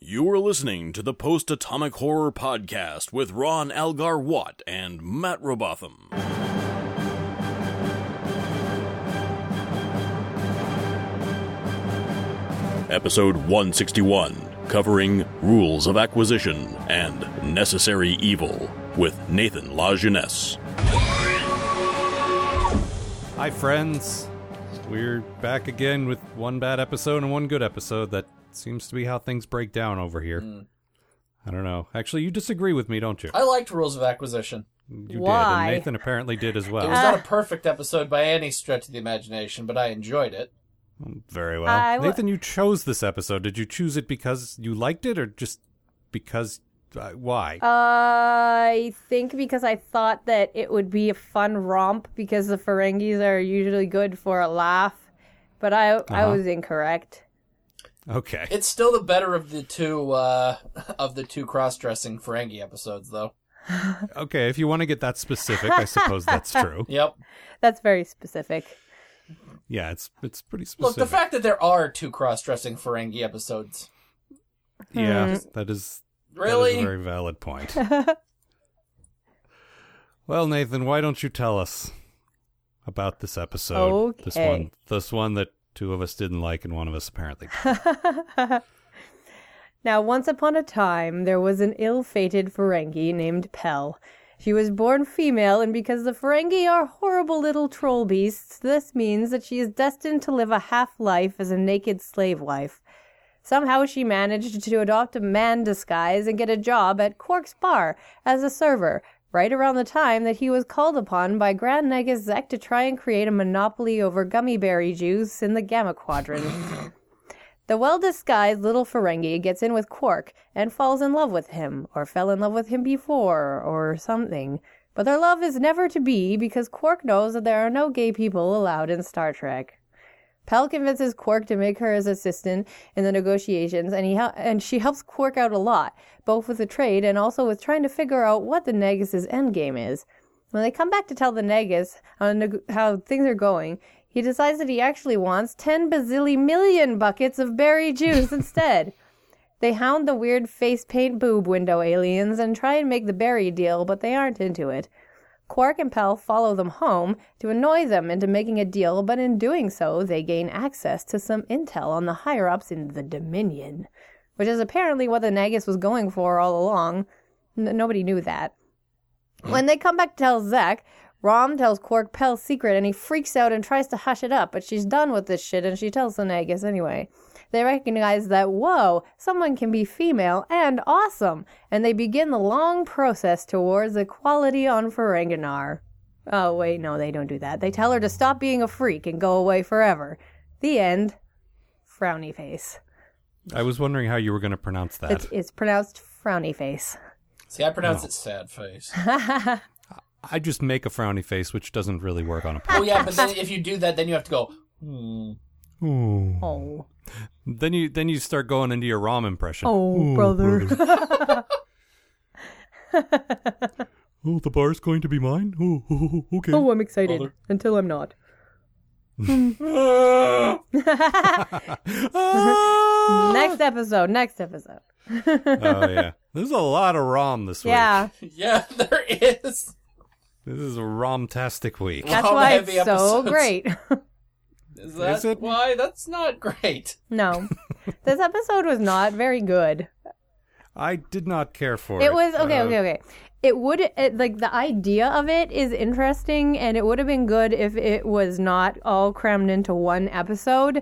You are listening to the Post Atomic Horror Podcast with Ron Algar Watt and Matt Robotham. Episode 161, covering Rules of Acquisition and Necessary Evil with Nathan LaJeunesse. Hi, friends. We're back again with one bad episode and one good episode. That seems to be how things break down over here. Hmm. I don't know. Actually, you disagree with me, don't you? I liked Rules of Acquisition. You did, Why? and Nathan apparently did as well. It was not a perfect episode by any stretch of the imagination, but I enjoyed it. Very well. I w- Nathan, you chose this episode. Did you choose it because you liked it, or just because? Uh, why? I think because I thought that it would be a fun romp because the Ferengis are usually good for a laugh, but I I Uh-huh. was incorrect. Uh, okay. It's still the better of the two uh, of the two cross-dressing Ferengi episodes, though. Okay. If you want to get that specific, I suppose that's true. Yep. That's very specific. Yeah, it's it's pretty specific. Look, the fact that there are two cross-dressing Ferengi episodes, yeah, Hmm. that is That is really? a very valid point. well, Nathan, why don't you tell us about this episode? This Okay. one, this one that two of us didn't like, and one of us apparently. Now, once upon a time, there was an ill fated Ferengi named Pell. She was born female, and because the Ferengi are horrible little troll beasts, this means that she is destined to live a half life as a naked slave wife. Somehow she managed to adopt a man disguise and get a job at Cork's Bar as a server, right around the time that he was called upon by Grand Negus Zek to try and create a monopoly over gummy berry juice in the Gamma Quadrant. The well disguised little Ferengi gets in with Quark and falls in love with him, or fell in love with him before, or something. But their love is never to be because Quark knows that there are no gay people allowed in Star Trek. Pell convinces Quark to make her his assistant in the negotiations, and he hel- and she helps Quark out a lot, both with the trade and also with trying to figure out what the Negus's endgame is. When they come back to tell the Negus how, neg- how things are going, he decides that he actually wants 10 bazillion million buckets of berry juice instead. They hound the weird face paint boob window aliens and try and make the berry deal, but they aren't into it. Quark and Pell follow them home to annoy them into making a deal, but in doing so, they gain access to some intel on the higher ups in the Dominion, which is apparently what the Nagus was going for all along. N- nobody knew that. When they come back to tell Zack, Rom tells Quark Pell's secret and he freaks out and tries to hush it up, but she's done with this shit and she tells the Nagus anyway. They recognize that, whoa, someone can be female and awesome, and they begin the long process towards equality on Ferenginar. Oh, wait, no, they don't do that. They tell her to stop being a freak and go away forever. The end. Frowny face. I was wondering how you were going to pronounce that. It's, it's pronounced frowny face. See, I pronounce it sad face. I just make a frowny face, which doesn't really work on a oh podcast. yeah, but then if you do that, then you have to go. Hmm. Ooh. Oh. Then you then you start going into your ROM impression. Oh, brother. Oh, the bar's going to be mine. Oh, okay. Oh, I'm excited. Until I'm not. Oh, Next episode. Next episode. oh yeah. There's a lot of ROM this week. Yeah, Yeah, there is. This is a ROM-tastic week. that's Wow, why it's heavy so episodes. great. Is that Is it? why? That's not great. no, this episode was not very good. I did not care for it. It was okay, Uh, okay, okay. It would it, like the idea of it is interesting, and it would have been good if it was not all crammed into one episode,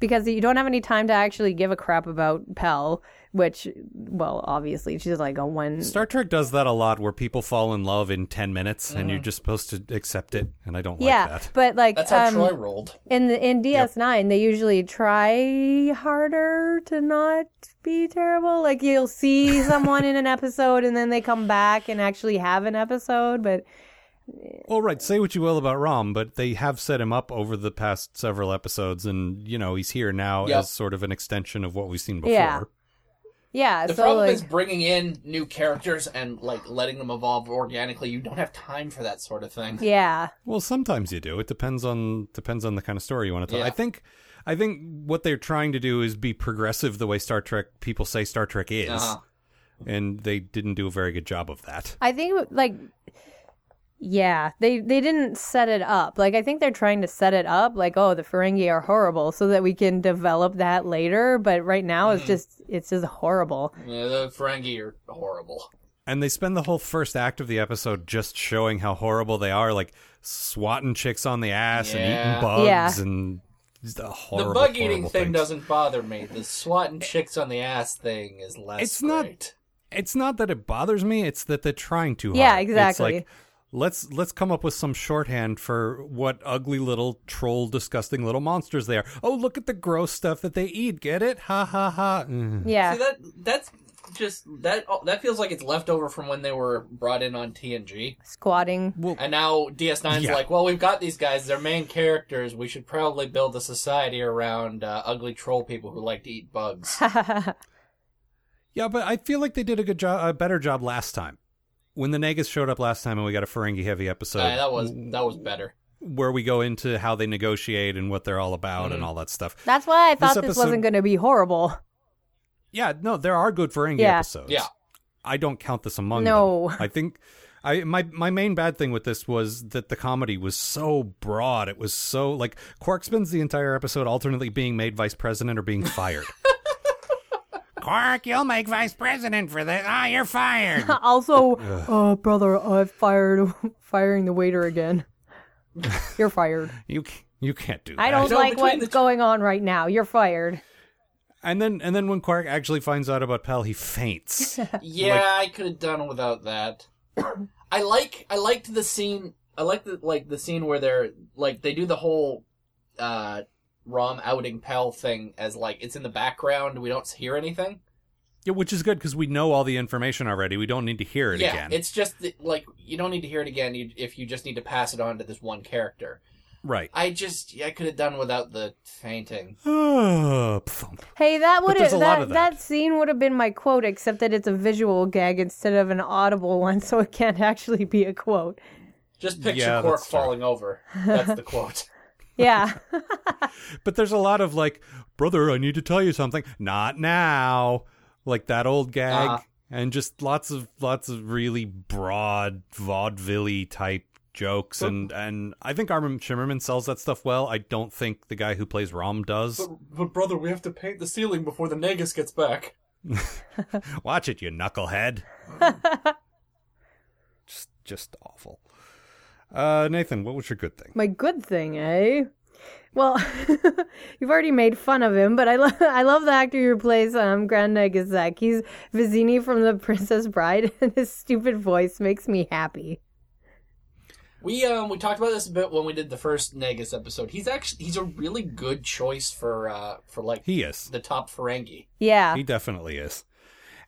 because you don't have any time to actually give a crap about Pell. Which, well, obviously, she's like a one. Star Trek does that a lot where people fall in love in 10 minutes and Mm. you're just supposed to accept it. And I don't yeah, like that. but like That's how um, Troy rolled. in the in DS9 they usually try harder to not be terrible. Like you'll see someone in an episode and then they come back and actually have an episode, but All right, say what you will about Rom, but they have set him up over the past several episodes. And, you know, he's here now Yep. as sort of an extension of what we've seen before. Yeah. yeah, The so problem like is bringing in new characters and like letting them evolve organically. You don't have time for that sort of thing. yeah. Well, sometimes you do. It depends on depends on the kind of story you want to tell. Yeah. I think I think what they're trying to do is be progressive the way Star Trek people say Star Trek is. Uh-huh. And they didn't do a very good job of that. I think like yeah, they they didn't set it up. Like I think they're trying to set it up like oh, the Ferengi are horrible so that we can develop that later, but right now Mm-hmm. it's just it's just horrible. Yeah, the Ferengi are horrible. And they spend the whole first act of the episode just showing how horrible they are, like swatting chicks on the ass Yeah. and eating bugs Yeah. and just a horrible. the bug eating horrible thing things. doesn't bother me. The swatting chicks on the ass thing is less. It's not- great. It's not that it bothers me; it's that they're trying too hard. Yeah, It's exactly. like, let's let's come up with some shorthand for what ugly little troll, disgusting little monsters they are. Oh, look at the gross stuff that they eat. Get it? Ha ha ha. Mm. Yeah. See that that's just that oh, that feels like it's left over from when they were brought in on TNG, Squatting. and now DS9's Yeah. like, well, we've got these guys; they're main characters. We should probably build a society around uh, ugly troll people who like to eat bugs. Yeah, but I feel like they did a good job, a better job last time. When the Negas showed up last time and we got a Ferengi heavy episode, Uh, that was that was better. where we go into how they negotiate and what they're all about and all that stuff. That's why I thought this, episode- wasn't going to be horrible. Yeah, no, there are good Ferengi Yeah. episodes. Yeah. I don't count this among No. them. I think I my my main bad thing with this was that the comedy was so broad. It was so like Quark spends the entire episode alternately being made vice president or being fired. Quark, you'll make vice president for this. Ah, you're fired. also, Uh, oh brother, I fired firing the waiter again. You're fired. you c- you can't do that. I don't No, like between what's the two- going on right now. You're fired. And then and then when Quark actually finds out about Pell, he faints. Yeah, I could have done without that. I like I liked the scene. I like the like the scene where they're like they do the whole uh Rom outing Pell thing as like it's in the background. We don't hear anything. Yeah, which is good because we know all the information already. We don't need to hear it yeah, again. it's just that, like you don't need to hear it again you, if you just need to pass it on to this one character. right. I just I could have done without the fainting. Thump. Hey, that would there's have a that, lot that. of that. scene would have been my quote, except that it's a visual gag instead of an audible one, so it can't actually be a quote. Just picture Yeah, Quark that's true. falling over. That's the quote. Yeah, but there's a lot of like, brother, I need to tell you something. Not now. Like that old gag, Uh-huh. and just lots of lots of really broad vaudeville type jokes, and and I think Armin Shimmerman sells that stuff well. I don't think the guy who plays Rom does. but brother, we have to paint the ceiling before the Negus gets back. Watch it, you knucklehead. just just awful. Uh, Nathan, what was your good thing? my good thing, eh? Well, you've already made fun of him, but I love I love the actor who plays um, Grand Nagazek. He's Vizini from The Princess Bride, and his stupid voice makes me happy. We um we talked about this a bit when we did the first Negus episode. He's actually he's a really good choice for uh for like He is. the top Ferengi. Yeah, He definitely is.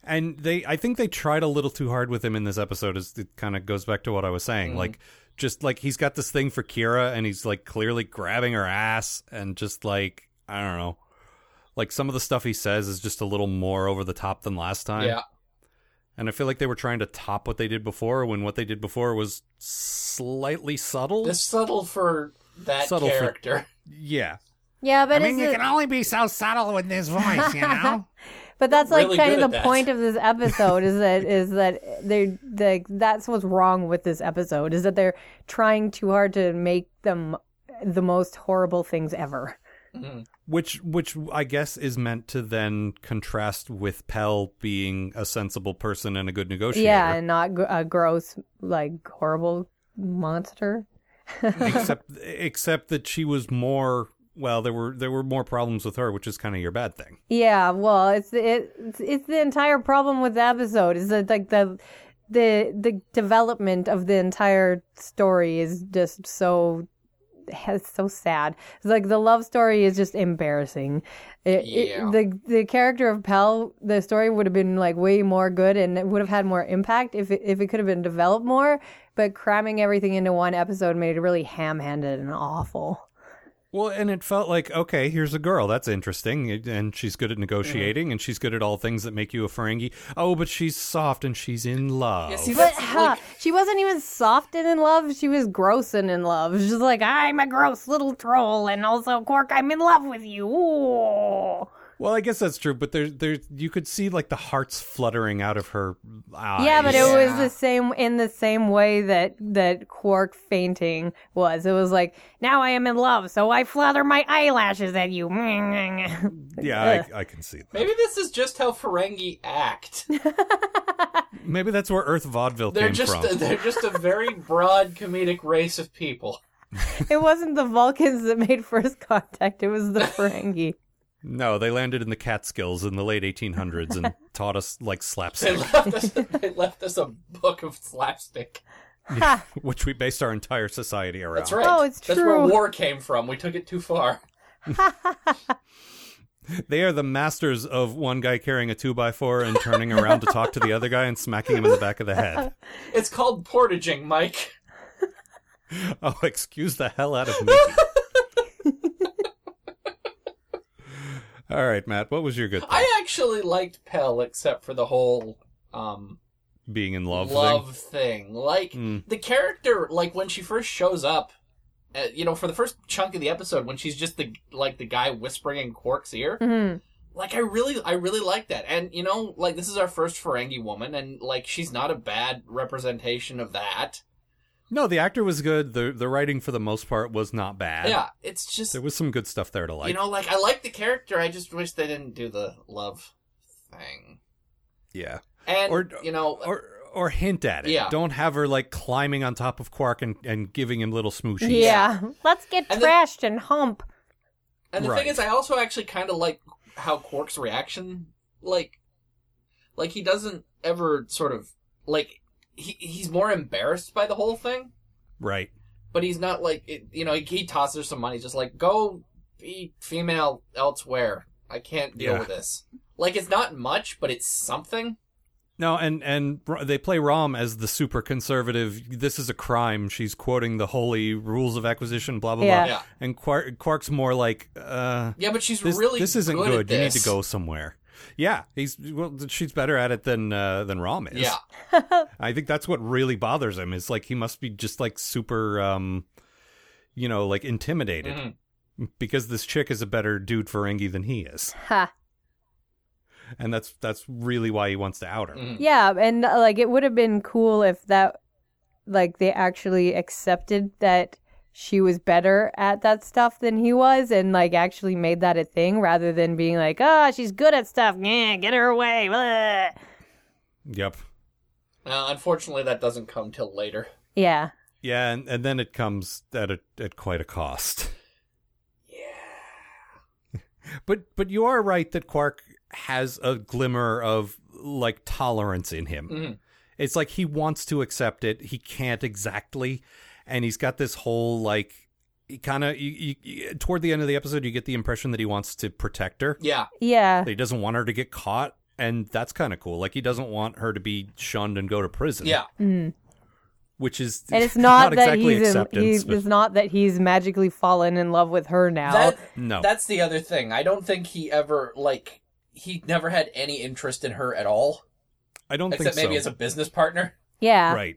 And they I think they tried a little too hard with him in this episode as it kind of goes back to what I was saying. Mm-hmm. Like just like he's got this thing for Kira and he's like clearly grabbing her ass and just like I don't know. Like some of the stuff he says is just a little more over the top than last time. yeah. And I feel like they were trying to top what they did before when what they did before was slightly subtle. This subtle for that Subtle for- character. yeah. yeah, but it's a- only be so subtle with this voice, you know? But that's like really kind good of at the that. point of this episode is that is that they like that's what's wrong with this episode is that they're trying too hard to make them the most horrible things ever. which which I guess is meant to then contrast with Pell being a sensible person and a good negotiator. Yeah, and not gr- a gross like horrible monster. except except that she was more well, there were there were more problems with her, which is kind of your bad thing. Yeah, well, it's it, it's it's the entire problem with the episode is that like the the the development of the entire story is just so it's so sad. It's like the love story is just embarrassing. It, it- Yeah. the the character of Pell, the story would have been like way more good and it would have had more impact if it, if it could have been developed more. But cramming everything into one episode made it really ham handed and awful. Well, and it felt like okay, here's a girl that's interesting, and she's good at negotiating, and she's good at all things that make you a Ferengi. Oh, but she's soft and she's in love. Yeah, see, But that's, huh, like- she wasn't even soft and in love. She was gross and in love. She's like, I'm a gross little troll, and also Cork, I'm in love with you. Ooh. well, I guess that's true, but there, there, you could see like the hearts fluttering out of her eyes. Ah, Yeah, but it was Yeah. the same in the same way that that Quark fainting was. It was like, now I am in love, so I flutter my eyelashes at you. yeah, I, I can see that. maybe this is just how Ferengi act. Maybe that's where Earth Vaudeville They're came just from. they're just a very broad comedic race of people. it wasn't the Vulcans that made first contact. It was the Ferengi. No, they landed in the Catskills in the late 1800s and taught us like They slapstick, left us they left us a book of slapstick. which we based our entire society around. That's right. Oh, it's That's where true. war came from. We took it too far. They are the masters of one guy carrying a two by four and turning around to talk to the other guy and smacking him in the back of the head. It's called portaging, Mike. Oh, excuse the hell out of me. All right, Matt, what was your good thing? I actually liked Pell except for the whole um Being in love, thing. Hmm. love thing. Like the character, like when she first shows up, uh, you know, for the first chunk of the episode when she's just the like the guy whispering in Quark's ear. Mhm. Like I really, I really like that. And you know, like this is our first Ferengi woman, and like she's not a bad representation of that. No, the actor was good. The the writing for the most part was not bad. yeah, it's just There was some good stuff there to like. you know, like I like the character. I just wish they didn't do the love thing. yeah. And Or- you know, or or hint at it. Yeah. Don't have her like climbing on top of Quark and, and giving him little smooshies. Yeah. Let's get And then- trashed and hump. And the Right. thing is, I also actually kind of like how Quark's reaction, like, like he doesn't ever sort of like he he's more embarrassed by the whole thing, Right. but he's not like it, you know he, he tosses her some money, just like go be female elsewhere. I can't deal Yeah. with this. Like it's not much, but it's something. No, and and R- they play Rom as the super conservative. This is a crime. She's quoting the holy rules of acquisition. Blah blah Yeah. blah. Yeah. And Quark, Quark's more like, uh, Yeah, but she's this, really this isn't good. good. at You need to this. go somewhere. Yeah, he's well. She's better at it than uh, than Rom is. Yeah, I think that's what really bothers him. Is like he must be just like super, um, you know, like intimidated Mhm. because this chick is a better dude Ferengi than he is. Ha. and that's that's really why he wants to out her. Mhm. Yeah, and uh, like it would have been cool if that, like, they actually accepted that she was better at that stuff than he was, and like actually made that a thing rather than being like, ah, she's good at stuff. Yeah, get her away. blah." Yep. Uh, unfortunately, that doesn't come till later. Yeah. Yeah, and, and then it comes at a, at quite a cost. Yeah. but but you are right that Quark has a glimmer of like tolerance in him. Mhm. It's like he wants to accept it, he can't exactly, and he's got this whole like he kind of you, you, you- toward the end of the episode you get the impression that he wants to protect her. Yeah, Yeah. That he doesn't want her to get caught. And that's kind of cool. Like he doesn't want her to be shunned and go to prison. yeah. Mm. which is And it's not, that exactly he's in, acceptance. he's but it's not that he's magically fallen in love with her now. That no, That's the other thing. I don't think he ever like he never had any interest in her at all, I don't think except so. maybe as a business partner. yeah. right.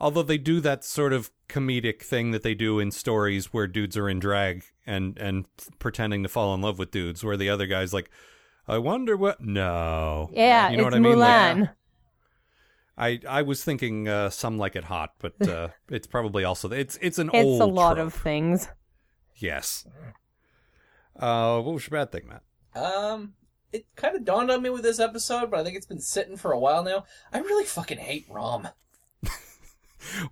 Although they do that sort of comedic thing that they do in stories where dudes are in drag and and pretending to fall in love with dudes, where the other guy's like, "I wonder what." No, Yeah, you know it's what I mean. Like, Mulan. I I was thinking uh, some like it hot, but uh, it's probably also it's it's an it's old a lot trope. of things. yes. Uh, what was your bad thing, Matt? Um, it kind of dawned on me with this episode, but I think it's been sitting for a while now. I really fucking hate Rom.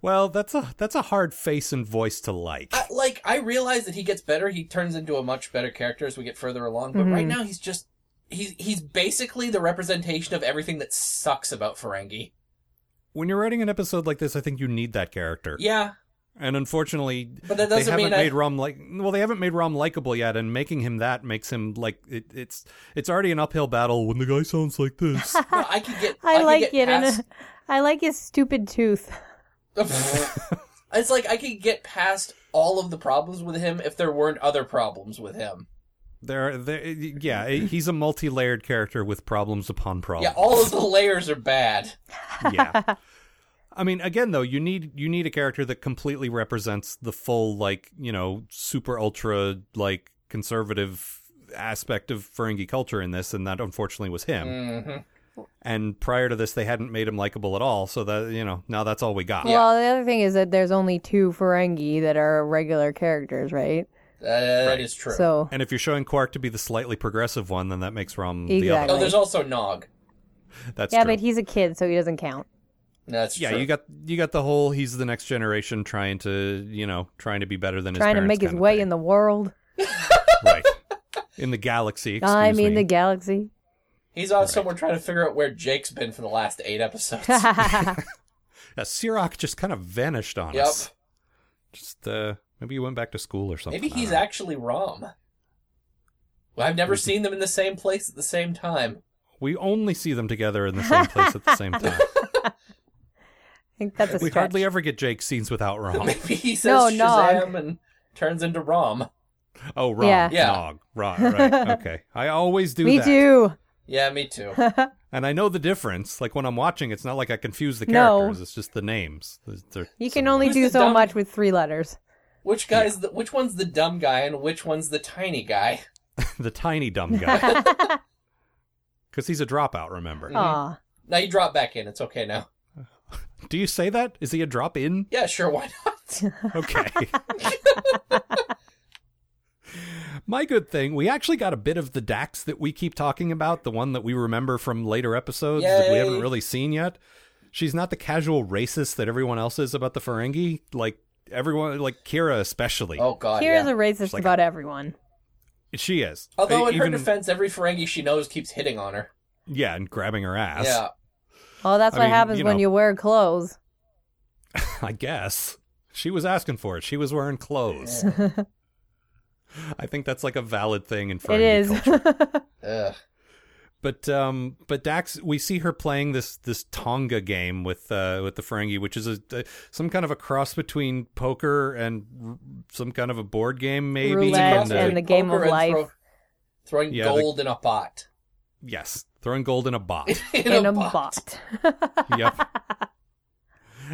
Well, that's a that's a hard face and voice to like. I, like I realize that he gets better, he turns into a much better character as we get further along. But Mhm. right now, he's just he's he's basically the representation of everything that sucks about Ferengi. when you're writing an episode like this, I think you need that character. Yeah, And unfortunately, But that they doesn't haven't mean I- made Rom like well, they haven't made Rom likable yet, and making him that makes him like it, it's it's already an uphill battle when the guy sounds like this. Well, I could get I, could like get it, and past- uh, I like his stupid tooth. it's like I could get past all of the problems with him if there weren't other problems with him. There, there, yeah, he's a multi-layered character with problems upon problems. Yeah, all of the layers are bad. yeah. I mean, again though, you need you need a character that completely represents the full like you know super ultra like conservative aspect of Ferengi culture in this, and that unfortunately was him. hmm And prior to this, they hadn't made him likable at all. So that you know now that's all we got. Well, the other thing is that there's only two Ferengi that are regular characters, right? That is true. So And if you're showing Quark to be the slightly progressive one, then that makes Rom the Exactly. other. oh, there's also Nog. That's yeah, true. but he's a kid, so he doesn't count. That's yeah, true. you got you got the whole he's the next generation trying to you know trying to be better than Trying his to make his way in the world. right in the galaxy. Excuse I mean, me. the galaxy. He's on somewhere trying to figure out where Jake's been for the last eight episodes. yep. That's Yeah, Siroc just kind of vanished on us. Just uh, maybe he went back to school or something. Maybe I don't he's know. actually Rom. Well, I've never seen them in the same place at the same time. We only see them together in the same place at the same time. a we stretch. hardly ever get Jake scenes without Rom. Maybe he No, says Nog. Shazam and turns into Rom. Oh, Rom, Yeah. Yeah. Nog, Rom. Right. Okay. I always do Me that. too. Yeah, me too. And I know the difference. Like when I'm watching, it's not like I confuse the No. characters. It's just the names. They're- they're You can similar. only Who's do the so dumb- much with three letters. Which guy's the, which one's the dumb guy and which one's the tiny guy? the tiny dumb guy. Because he's a dropout, remember? Aw. Now you drop back in. It's okay now. Do you say that? Is he a drop in? Yeah, sure. Why not? Okay. My good thing, we actually got a bit of the Dax that we keep talking about, the one that we remember from later episodes that we Yay. haven't really seen yet. She's not the casual racist that everyone else is about the Ferengi. Like everyone, like Kira especially, Oh God. Here's yeah. a racist like- about everyone. she is. Although E- in her defense, every Ferengi she knows keeps hitting on her. yeah, and grabbing her ass. Yeah. Well, that's I what mean, happens you when know. you wear clothes. I guess. She was asking for it. She was wearing clothes. I think that's like a valid thing in Ferengi it is. culture. Ugh. But um, but Dax, we see her playing this this Tonga game with uh with the Ferengi, which is a, a- some kind of a cross between poker and r- some kind of a board game, maybe. Roulette uh, and the game Poker of and life. throw- throwing Yeah, the- gold in a pot. yes, throwing gold in a bot. In a bot. yep.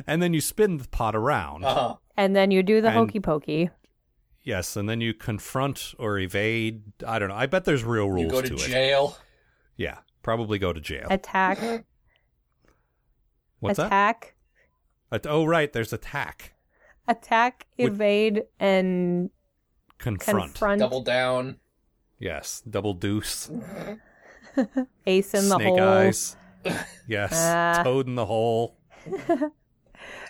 And then you spin the pot around. Uh-huh. And then you do the And- hokey pokey. Yes, and then you confront or evade. I don't know. I bet there's real rules You go to, it. jail. Yeah, probably go to jail. Attack. What's attack. that? At- oh, right. There's attack. Attack, With- evade, and Confront. confront Double down. Yes, double deuce. Ace in the Snake hole. eyes. Yes, Ah. toad in the hole. Uh,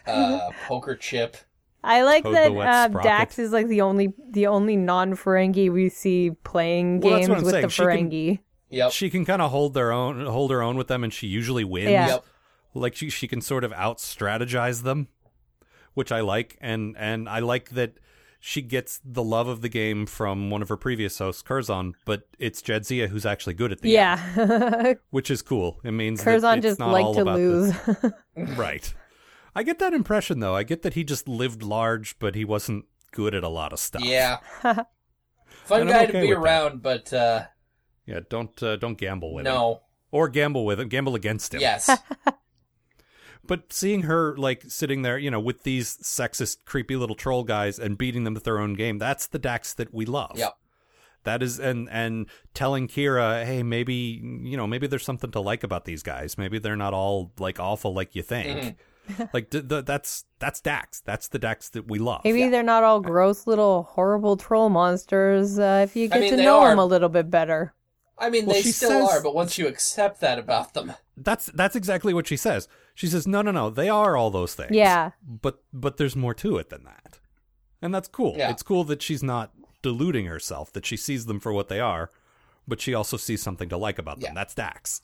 Mm-hmm. poker chip. I like Toad that the wet uh, sprocket. Dax is like the only the only non Ferengi we see playing Well, that's games what I'm with the saying. Ferengi. Yep. She can kind of hold their own, hold her own with them, and she usually wins. Yeah. Yep. Like she, she can sort of out strategize them, which I like, and and I like that she gets the love of the game from one of her previous hosts, Curzon, but it's Jedzia who's actually good at the game, yeah. which is cool. It means that Curzon it's just not all liked to about the- lose. right. I get that impression though. I get that he just lived large, but he wasn't good at a lot of stuff. Yeah. Fun And I'm guy okay to be with that. around, but uh, Yeah, don't uh, don't gamble with him. no. Or gamble with him, gamble against him. Yes. But seeing her like sitting there, you know, with these sexist, creepy little troll guys and beating them at their own game, that's the Dax that we love. Yep. That is and and telling Kira, hey, maybe you know, maybe there's something to like about these guys. Maybe they're not all like awful like you think. Mm-hmm. like th- th- that's that's Dax. That's the Dax that we love. Maybe they're not all gross little horrible troll monsters uh, if you I get mean, to they know are. them a little bit better. I mean, Well, they she still says- are, but once you accept that about them, That's that's exactly what she says. She says, "No, no, no. They are all those things. Yeah. but but there's more to it than that, and that's cool. Yeah. It's cool that she's not deluding herself. That she sees them for what they are, but she also sees something to like about them. Yeah. That's Dax.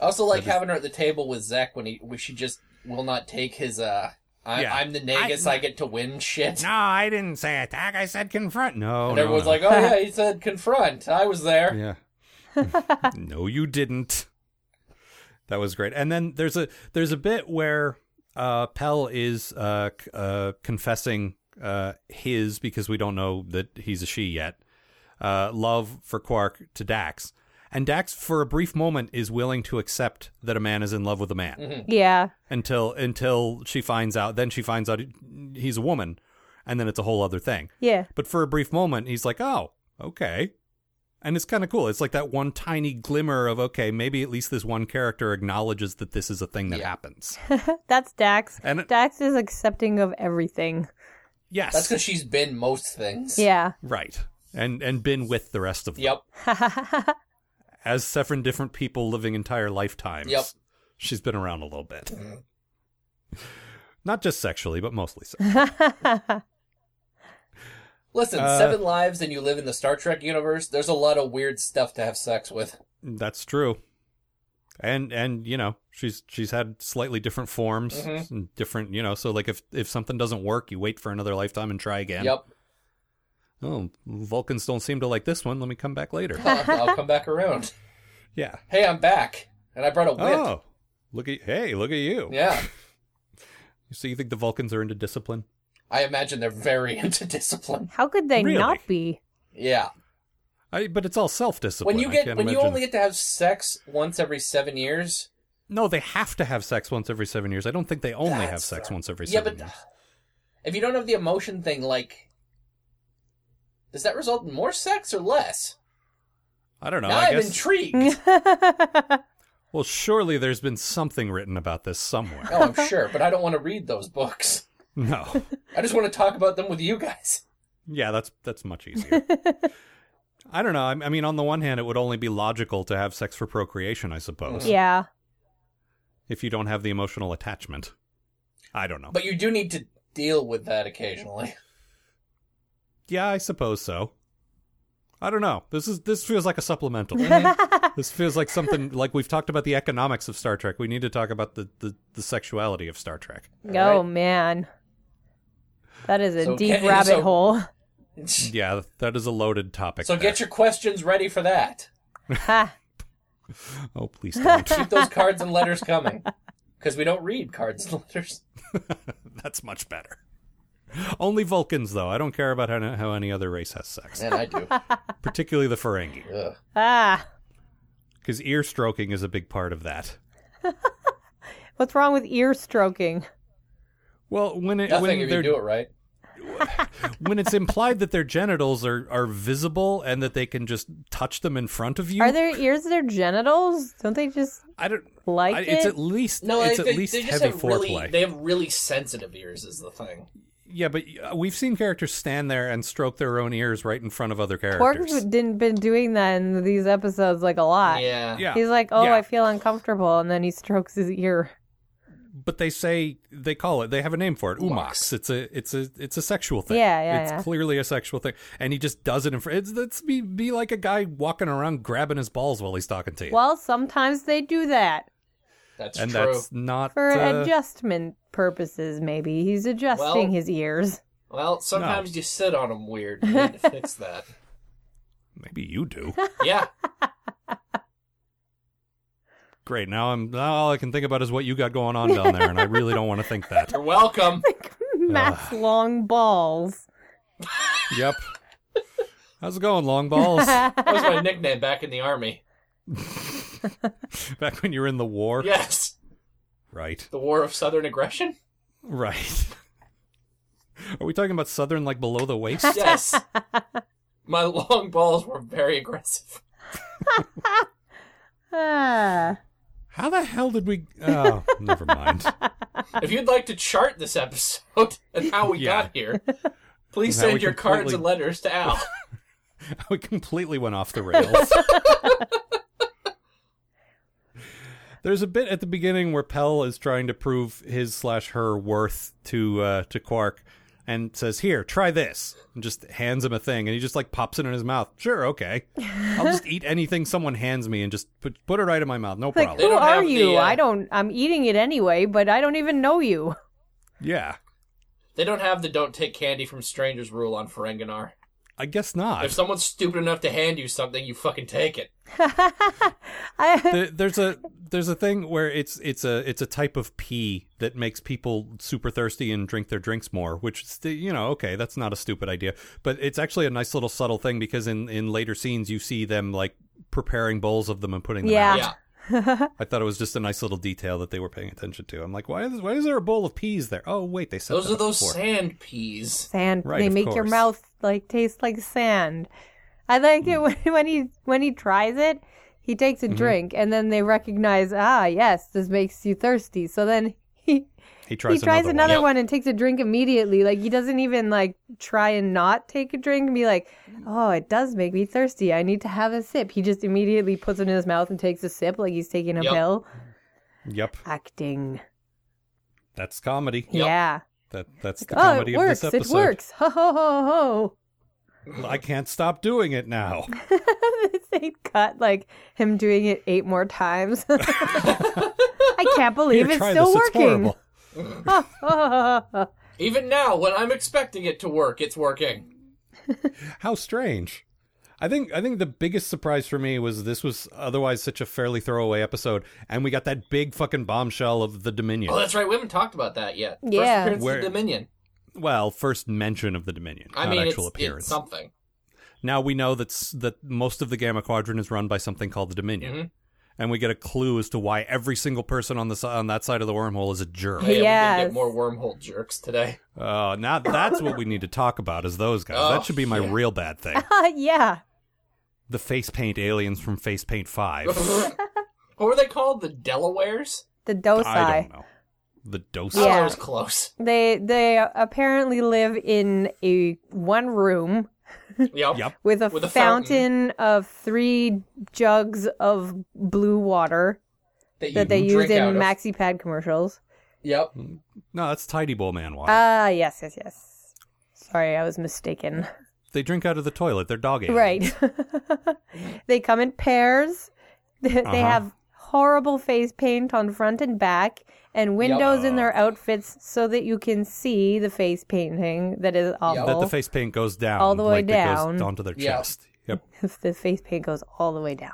I also like having her at the table with Zek when he when she just will not take his. uh I, Yeah. I'm the negus. I, get to win shit. I didn't say attack. I said confront. No, and everyone's like, "Oh yeah, he said confront. I was there." Yeah. no, you didn't. That was great. And then there's a there's a bit where uh, Pell is uh, c- uh, confessing uh, his because we don't know that he's a she yet. Uh, love for Quark to Dax, and Dax for a brief moment is willing to accept that a man is in love with a man Yeah. until until she finds out. Then she finds out he's a woman, and then it's a whole other thing. Yeah. But for a brief moment, he's like, "Oh, okay," and it's kind of cool. It's like that one tiny glimmer of, "Okay, maybe at least this one character acknowledges that this is a thing that Yeah. happens." That's Dax. And it- Dax is accepting of everything. Yes, That's because she's been most things. Yeah. right, and and been with the rest of them Yep. as seven different people living entire lifetimes. Yep. Mm-hmm. she's been around a little bit, not just sexually, but mostly. So. Listen, Uh, seven lives and you live in the Star Trek universe, there's a lot of weird stuff to have sex with. That's true. And and you know, she's she's had slightly different forms, Mhm. and different, you know, so like if if something doesn't work, you wait for another lifetime and try again. Yep. Oh, Vulcans don't seem to like this one. Let me come back later. I'll, I'll come back around. yeah. Hey, I'm back. And I brought a whip. Oh. Look at hey, look at you. Yeah. So you think the Vulcans are into discipline? I imagine they're very into discipline. How could they Really? not be? Yeah. I, but it's all self-discipline. When you I get can't when you imagine- only get to have sex once every seven years. No, they have to have sex once every 7 years. I don't think they only have that's- sex once every Yeah, 7 but years. if you don't have the emotion thing, like does that result in more sex or less? I don't know. now I I'm guess intrigued. well, surely there's been something written about this somewhere. oh, I'm sure, but I don't want to read those books. no. I just want to talk about them with you guys. Yeah, that's that's much easier. I don't know. I, I mean, on the one hand, it would only be logical to have sex for procreation, I suppose, yeah. if you don't have the emotional attachment. I don't know. But you do need to deal with that occasionally. yeah, I suppose so. I don't know. This is this feels like a supplemental. this feels like something like we've talked about the economics of Star Trek. We need to talk about the the, the sexuality of Star Trek. Oh Alright. man. That is a So deep can- rabbit so- hole. Yeah, that is a loaded topic. So get your questions ready for that. Ha. your oh please don't. Keep those cards and letters coming. Because we don't read cards and letters. that's much better. Only Vulcans though. I don't care about how, how any other race has sex, And I do. particularly the Ferengi. Ugh. ah. because ear stroking is a big part of that. What's wrong with ear stroking? Well, when it Nothing when, if you they're- do it right. when it's implied that their genitals are, are visible and that they can just touch them in front of you, Are their ears their genitals? Don't they just I don't like I, It's it? at least No, it's they, at they- least they just heavy have foreplay. really they have really sensitive ears is the thing. Yeah, but uh, we've seen characters stand there and stroke their own ears right in front of other Quark characters. didn't been doing that in these episodes like a lot. Yeah. Yeah, He's like, "Oh, yeah. I feel uncomfortable," and then he strokes his ear. but they say they call it. They have a name for it. Umox. Umox. It's a it's a it's a sexual thing. Yeah, yeah, It's yeah. clearly a sexual thing, and he just does it in front. It's, it's be be like a guy walking around grabbing his balls while he's talking to you. Well, sometimes they do that That's and true. that's not for uh, adjustment purposes. Maybe he's adjusting Well- his ears. Well, sometimes you sit on them weird. You need to fix that. maybe you do. Yeah. Great. Now I'm now all I can think about is what you got going on down there, and I really don't want to think that. You're welcome. uh, Matt's long balls. Yep. How's it going, long balls? That was my nickname back in the army. Back when you were in the war, Yes. right? The War of Southern Aggression? Right. Are we talking about southern, like below the waist? Yes. my long balls were very aggressive. Ah. How the hell did we? Oh, never mind. If you'd like to chart this episode and how we Yeah. got here, please And how send we your cards completely- and letters to Al. We completely went off the rails. There's a bit at the beginning where Pell is trying to prove his slash her worth to uh, to Quark, and says, "Here, try this," and just hands him a thing, and he just like pops it in his mouth. Sure, okay, I'll just eat anything someone hands me, and just put put it right in my mouth. No Like, problem. who don't are have the, you? uh, I don't. I'm eating it anyway, but I don't even know you. yeah, They don't have the don't take candy from strangers rule on Ferenginar. I guess not. If someone's stupid enough to hand you something, you fucking take it. I, There- there's a there's a thing where it's it's a it's a type of pee that makes people super thirsty and drink their drinks more, which is the- you know okay that's not a stupid idea, but it's actually a nice little subtle thing because in in later scenes you see them like preparing bowls of them and putting them Yeah. out. Yeah. I thought it was just a nice little detail that they were paying attention to. I'm like, why is why is there a bowl of peas there? Oh wait, they set Those that are up those before. sand peas. sand. Right, they of make your course. mouth like taste like sand. I like Hmm. it when, when he when he tries it. He takes a Mm-hmm. drink, and then they recognize, ah, yes, this makes you thirsty. So then he he tries, he tries another, another, one. Yep. one and takes a drink immediately. Like he doesn't even like try and not take a drink and be like, "Oh, it does make me thirsty. I need to have a sip." He just immediately puts it in his mouth and takes a sip like he's taking a Yep. pill. Yep, Acting. that's comedy. Yep. Yeah. That that's the Oh, comedy it of works. this episode. It works. Ho ho ho I can't stop doing it now. ho. they cut like him doing it eight more times. I can't believe Here, it's try still this. It's working. horrible. Ho, ho, ho, ho, ho. Even now, when I'm expecting it to work, it's working. How strange. I think I think the biggest surprise for me was this was otherwise such a fairly throwaway episode, and we got that big fucking bombshell of the Dominion. Oh, that's right. We haven't talked about that yet. Yeah. First appearance Where- of the Dominion. well, first mention of the Dominion, I not mean, it's, actual appearance. it's something. now we know that s- that most of the Gamma Quadrant is run by something called the Dominion, Mm-hmm. and we get a clue as to why every single person on the si- on that side of the wormhole is a jerk. Hey, we Yes. did get more wormhole jerks today. Oh, now that's what we need to talk about is those guys. Oh, that should be my yeah. real bad thing. yeah. the face paint aliens from Face Paint Five. what were they called? The Delawares? The dosi. I don't know. The dose. I thought Yeah. it was close. They they apparently live in a one room Yep. Yep. with a, With a fountain, of three jugs of blue water That, you that they use drink in out of. maxi pad commercials. Yep. No, that's Tidy Bowl Man water. Ah, yes, yes, yes. Sorry, I was mistaken. they drink out of the toilet. They're dog aliens. Right. they come in pairs. They, Uh-huh. they have horrible face paint on front and back and windows in their outfits so that you can see the face painting that is awful. That the face paint goes down Oh. All the way like it goes down. onto their Yeah. chest. Yep. the face paint goes all the way down.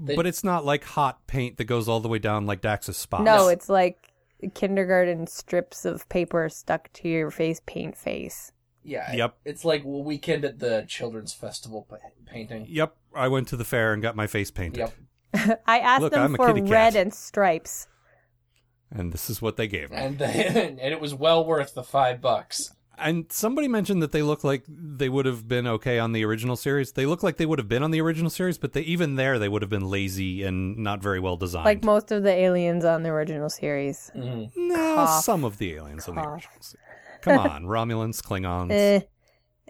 They- But it's not like hot paint that goes all the way down like Dax's spot. No, it's like kindergarten strips of paper stuck to your face, paint face. Yeah. Yep. It's like a weekend at the children's festival pa- painting. Yep. I went to the fair and got my face painted, Yep. I asked Look, them I'm a for kitty cat. red and stripes. and this is what they gave me. And then, and it was well worth the five bucks. And somebody mentioned that they look like they would have been okay on the original series. They look like they would have been on the original series, but they even there they would have been lazy and not very well designed. Like most of the aliens on the original series. Mm-hmm. no, Cough. some of the aliens on the Cough. original series. Come on, Romulans, Klingons. Eh,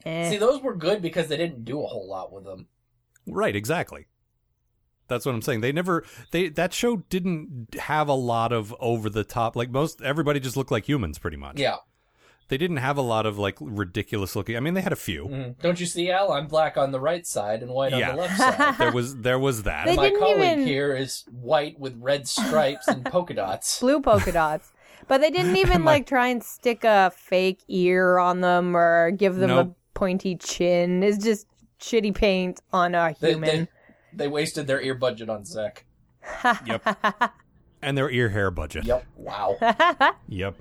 eh. See, those were good because they didn't do a whole lot with them. Right, exactly. That's what I'm saying. They never they that show didn't have a lot of over the top like most everybody just looked like humans pretty much. Yeah. They didn't have a lot of like ridiculous looking. I mean, they had a few. Mm. Don't you see, Al? I'm black on the right side and white Yeah. on the left side. there was there was They that. My didn't colleague even- here is white with red stripes and polka dots. Blue polka dots. But they didn't even like try and stick a fake ear on them or give them Nope. a pointy chin. It's just shitty paint on a They, human. they, they wasted their ear budget on Zek. And their ear hair budget. Yep. Wow. Yep.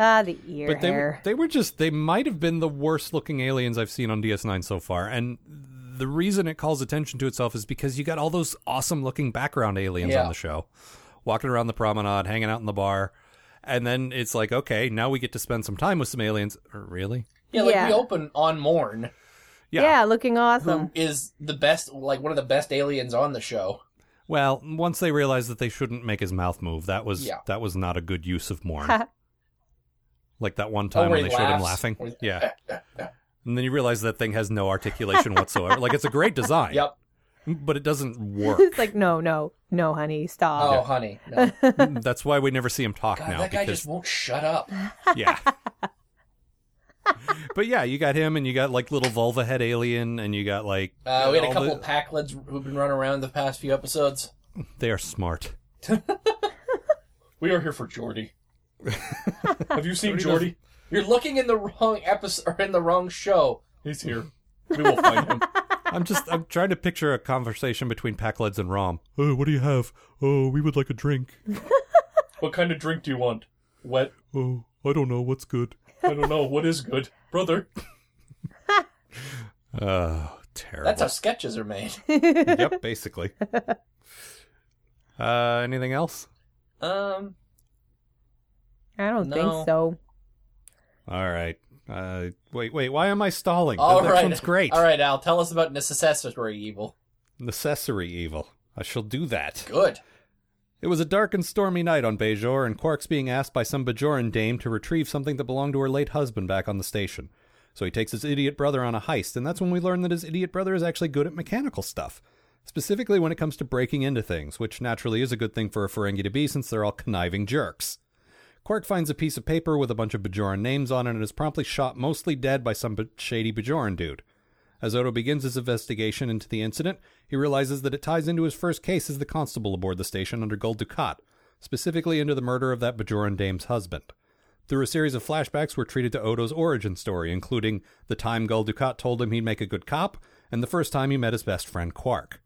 ah, the ear But they were- hair. they were just they might have been the worst looking aliens I've seen on DS9 so far. And the reason it calls attention to itself is because you got all those awesome looking background aliens Yeah. on the show, walking around the promenade, hanging out in the bar. And then it's like, okay, now we get to spend some time with some aliens. Er, Really? Yeah, like Yeah. we open on Morn, Yeah. looking awesome. who is the best, like one of the best aliens on the show. Well, once they realized that they shouldn't make his mouth move, that was Yeah. that was not a good use of Morn. like that one time where when he they showed him laughs. laughing. Where he- Yeah. and then you realize that thing has no articulation whatsoever. Like it's a great design. Yep. But it doesn't work. it's like, no, no, no, honey, Oh, stop. honey. No. God, Mm, That's why we never see him talk now that guy because just won't shut up. yeah. but yeah, you got him and you got like little vulva head alien and you got like Uh, we had a all couple of the- packlets who've been running around the past few episodes. they are smart. We are here for Jordy. Have you seen Jordy does- You're looking in the wrong episode or in the wrong show. He's here. We will find him. I'm just I'm trying to picture a conversation between Pakleds and Rom. Oh, what do you have? Oh, we would like a drink. What kind of drink do you want? Wet? Oh, I don't know what's good. I don't know. What is good? Brother? Oh, terrible. That's how sketches are made. yep, basically. Uh, anything else? Um, I don't No. think so. All right. Uh, wait, wait. Why am I stalling? all That- right. that one's great. All right, Al, tell us about necessary evil. Necessary evil. I shall do that. Good. It was a dark and stormy night on Bejor, and Quark's being asked by some Bajoran dame to retrieve something that belonged to her late husband back on the station. So he takes his idiot brother on a heist, and that's when we learn that his idiot brother is actually good at mechanical stuff. Specifically when it comes to breaking into things, which naturally is a good thing for a Ferengi to be since they're all conniving jerks. Quark finds a piece of paper with a bunch of Bajoran names on it and is promptly shot mostly dead by some b- shady Bajoran dude. As Odo begins his investigation into the incident, he realizes that it ties into his first case as the constable aboard the station under Gold Ducat, specifically into the murder of that Bajoran dame's husband. Through a series of flashbacks, we're treated to Odo's origin story, including the time Gul Dukat told him he'd make a good cop, and the first time he met his best friend Quark.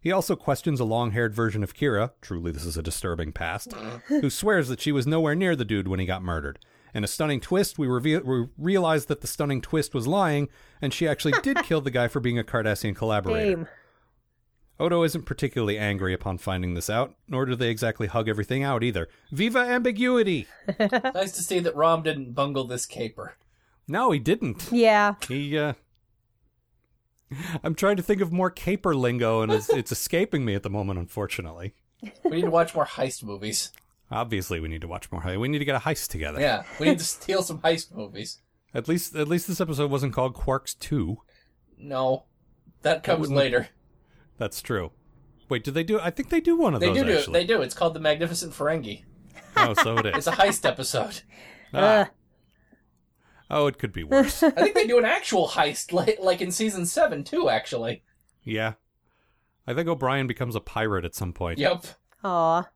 He also questions a long haired version of Kira, truly this is a disturbing past, who swears that she was nowhere near the dude when he got murdered. In a stunning twist, we, reveal, we realize that the stunning twist was lying, and she actually did kill the guy for being a Cardassian collaborator. Game. Odo isn't particularly angry upon finding this out, nor do they exactly hug everything out either. Viva ambiguity! nice to see that Rom didn't bungle this caper. No, he didn't. Yeah. He, uh. I'm trying to think of more caper lingo, and it's, it's escaping me at the moment, unfortunately. We need to watch more heist movies. Obviously, we need to watch more. heist. We need to get a heist together. Yeah, we need to steal some heist movies. At least, at least this episode wasn't called Quarks Two. No, that comes wouldn't- later. That's true. Wait, did they do? I think they do one of They those do do it. actually. They do. It's called the Magnificent Ferengi. Oh, so it It's is. a heist episode. Ah. Ugh. oh, it could be worse. I think they do an actual heist, like, like in season seven too. Actually, yeah, I think O'Brien becomes a pirate at some point. yep. Aw.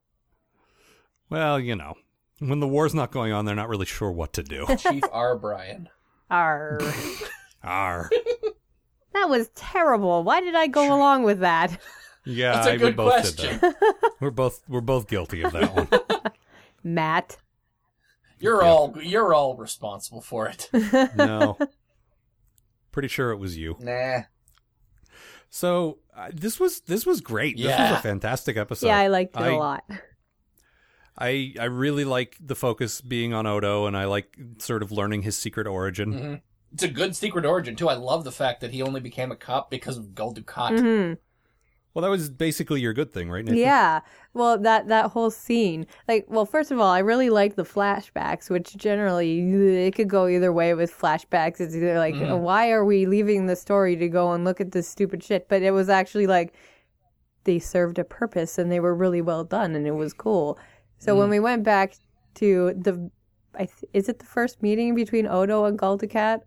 Well, you know, when the war's not going on, they're not really sure what to do. Chief R. Brian. Arr. Arr. that was terrible. Why did I go along with that? Yeah, That's a I- we good both did question. that. We're both we're both guilty of that one. Matt. You're all you're all responsible for it. no, pretty sure it was you. nah. So uh, this was this was great. This was Yeah. a fantastic episode. yeah, I liked it a a lot. I I really like the focus being on Odo, and I like sort of learning his secret origin. Mm. It's a good secret origin too. I love the fact that he only became a cop because of Gul Dukat. hmm Well, that was basically your good thing, right? Nathan? Yeah. Well, that that whole scene. Like, well, first of all, I really liked the flashbacks, which generally it could go either way with flashbacks. It's either like, Mhm. why are we leaving the story to go and look at this stupid shit? But it was actually like they served a purpose and they were really well done and it was cool. So when we went back to the I th- is it the first meeting between Odo and Galdacat?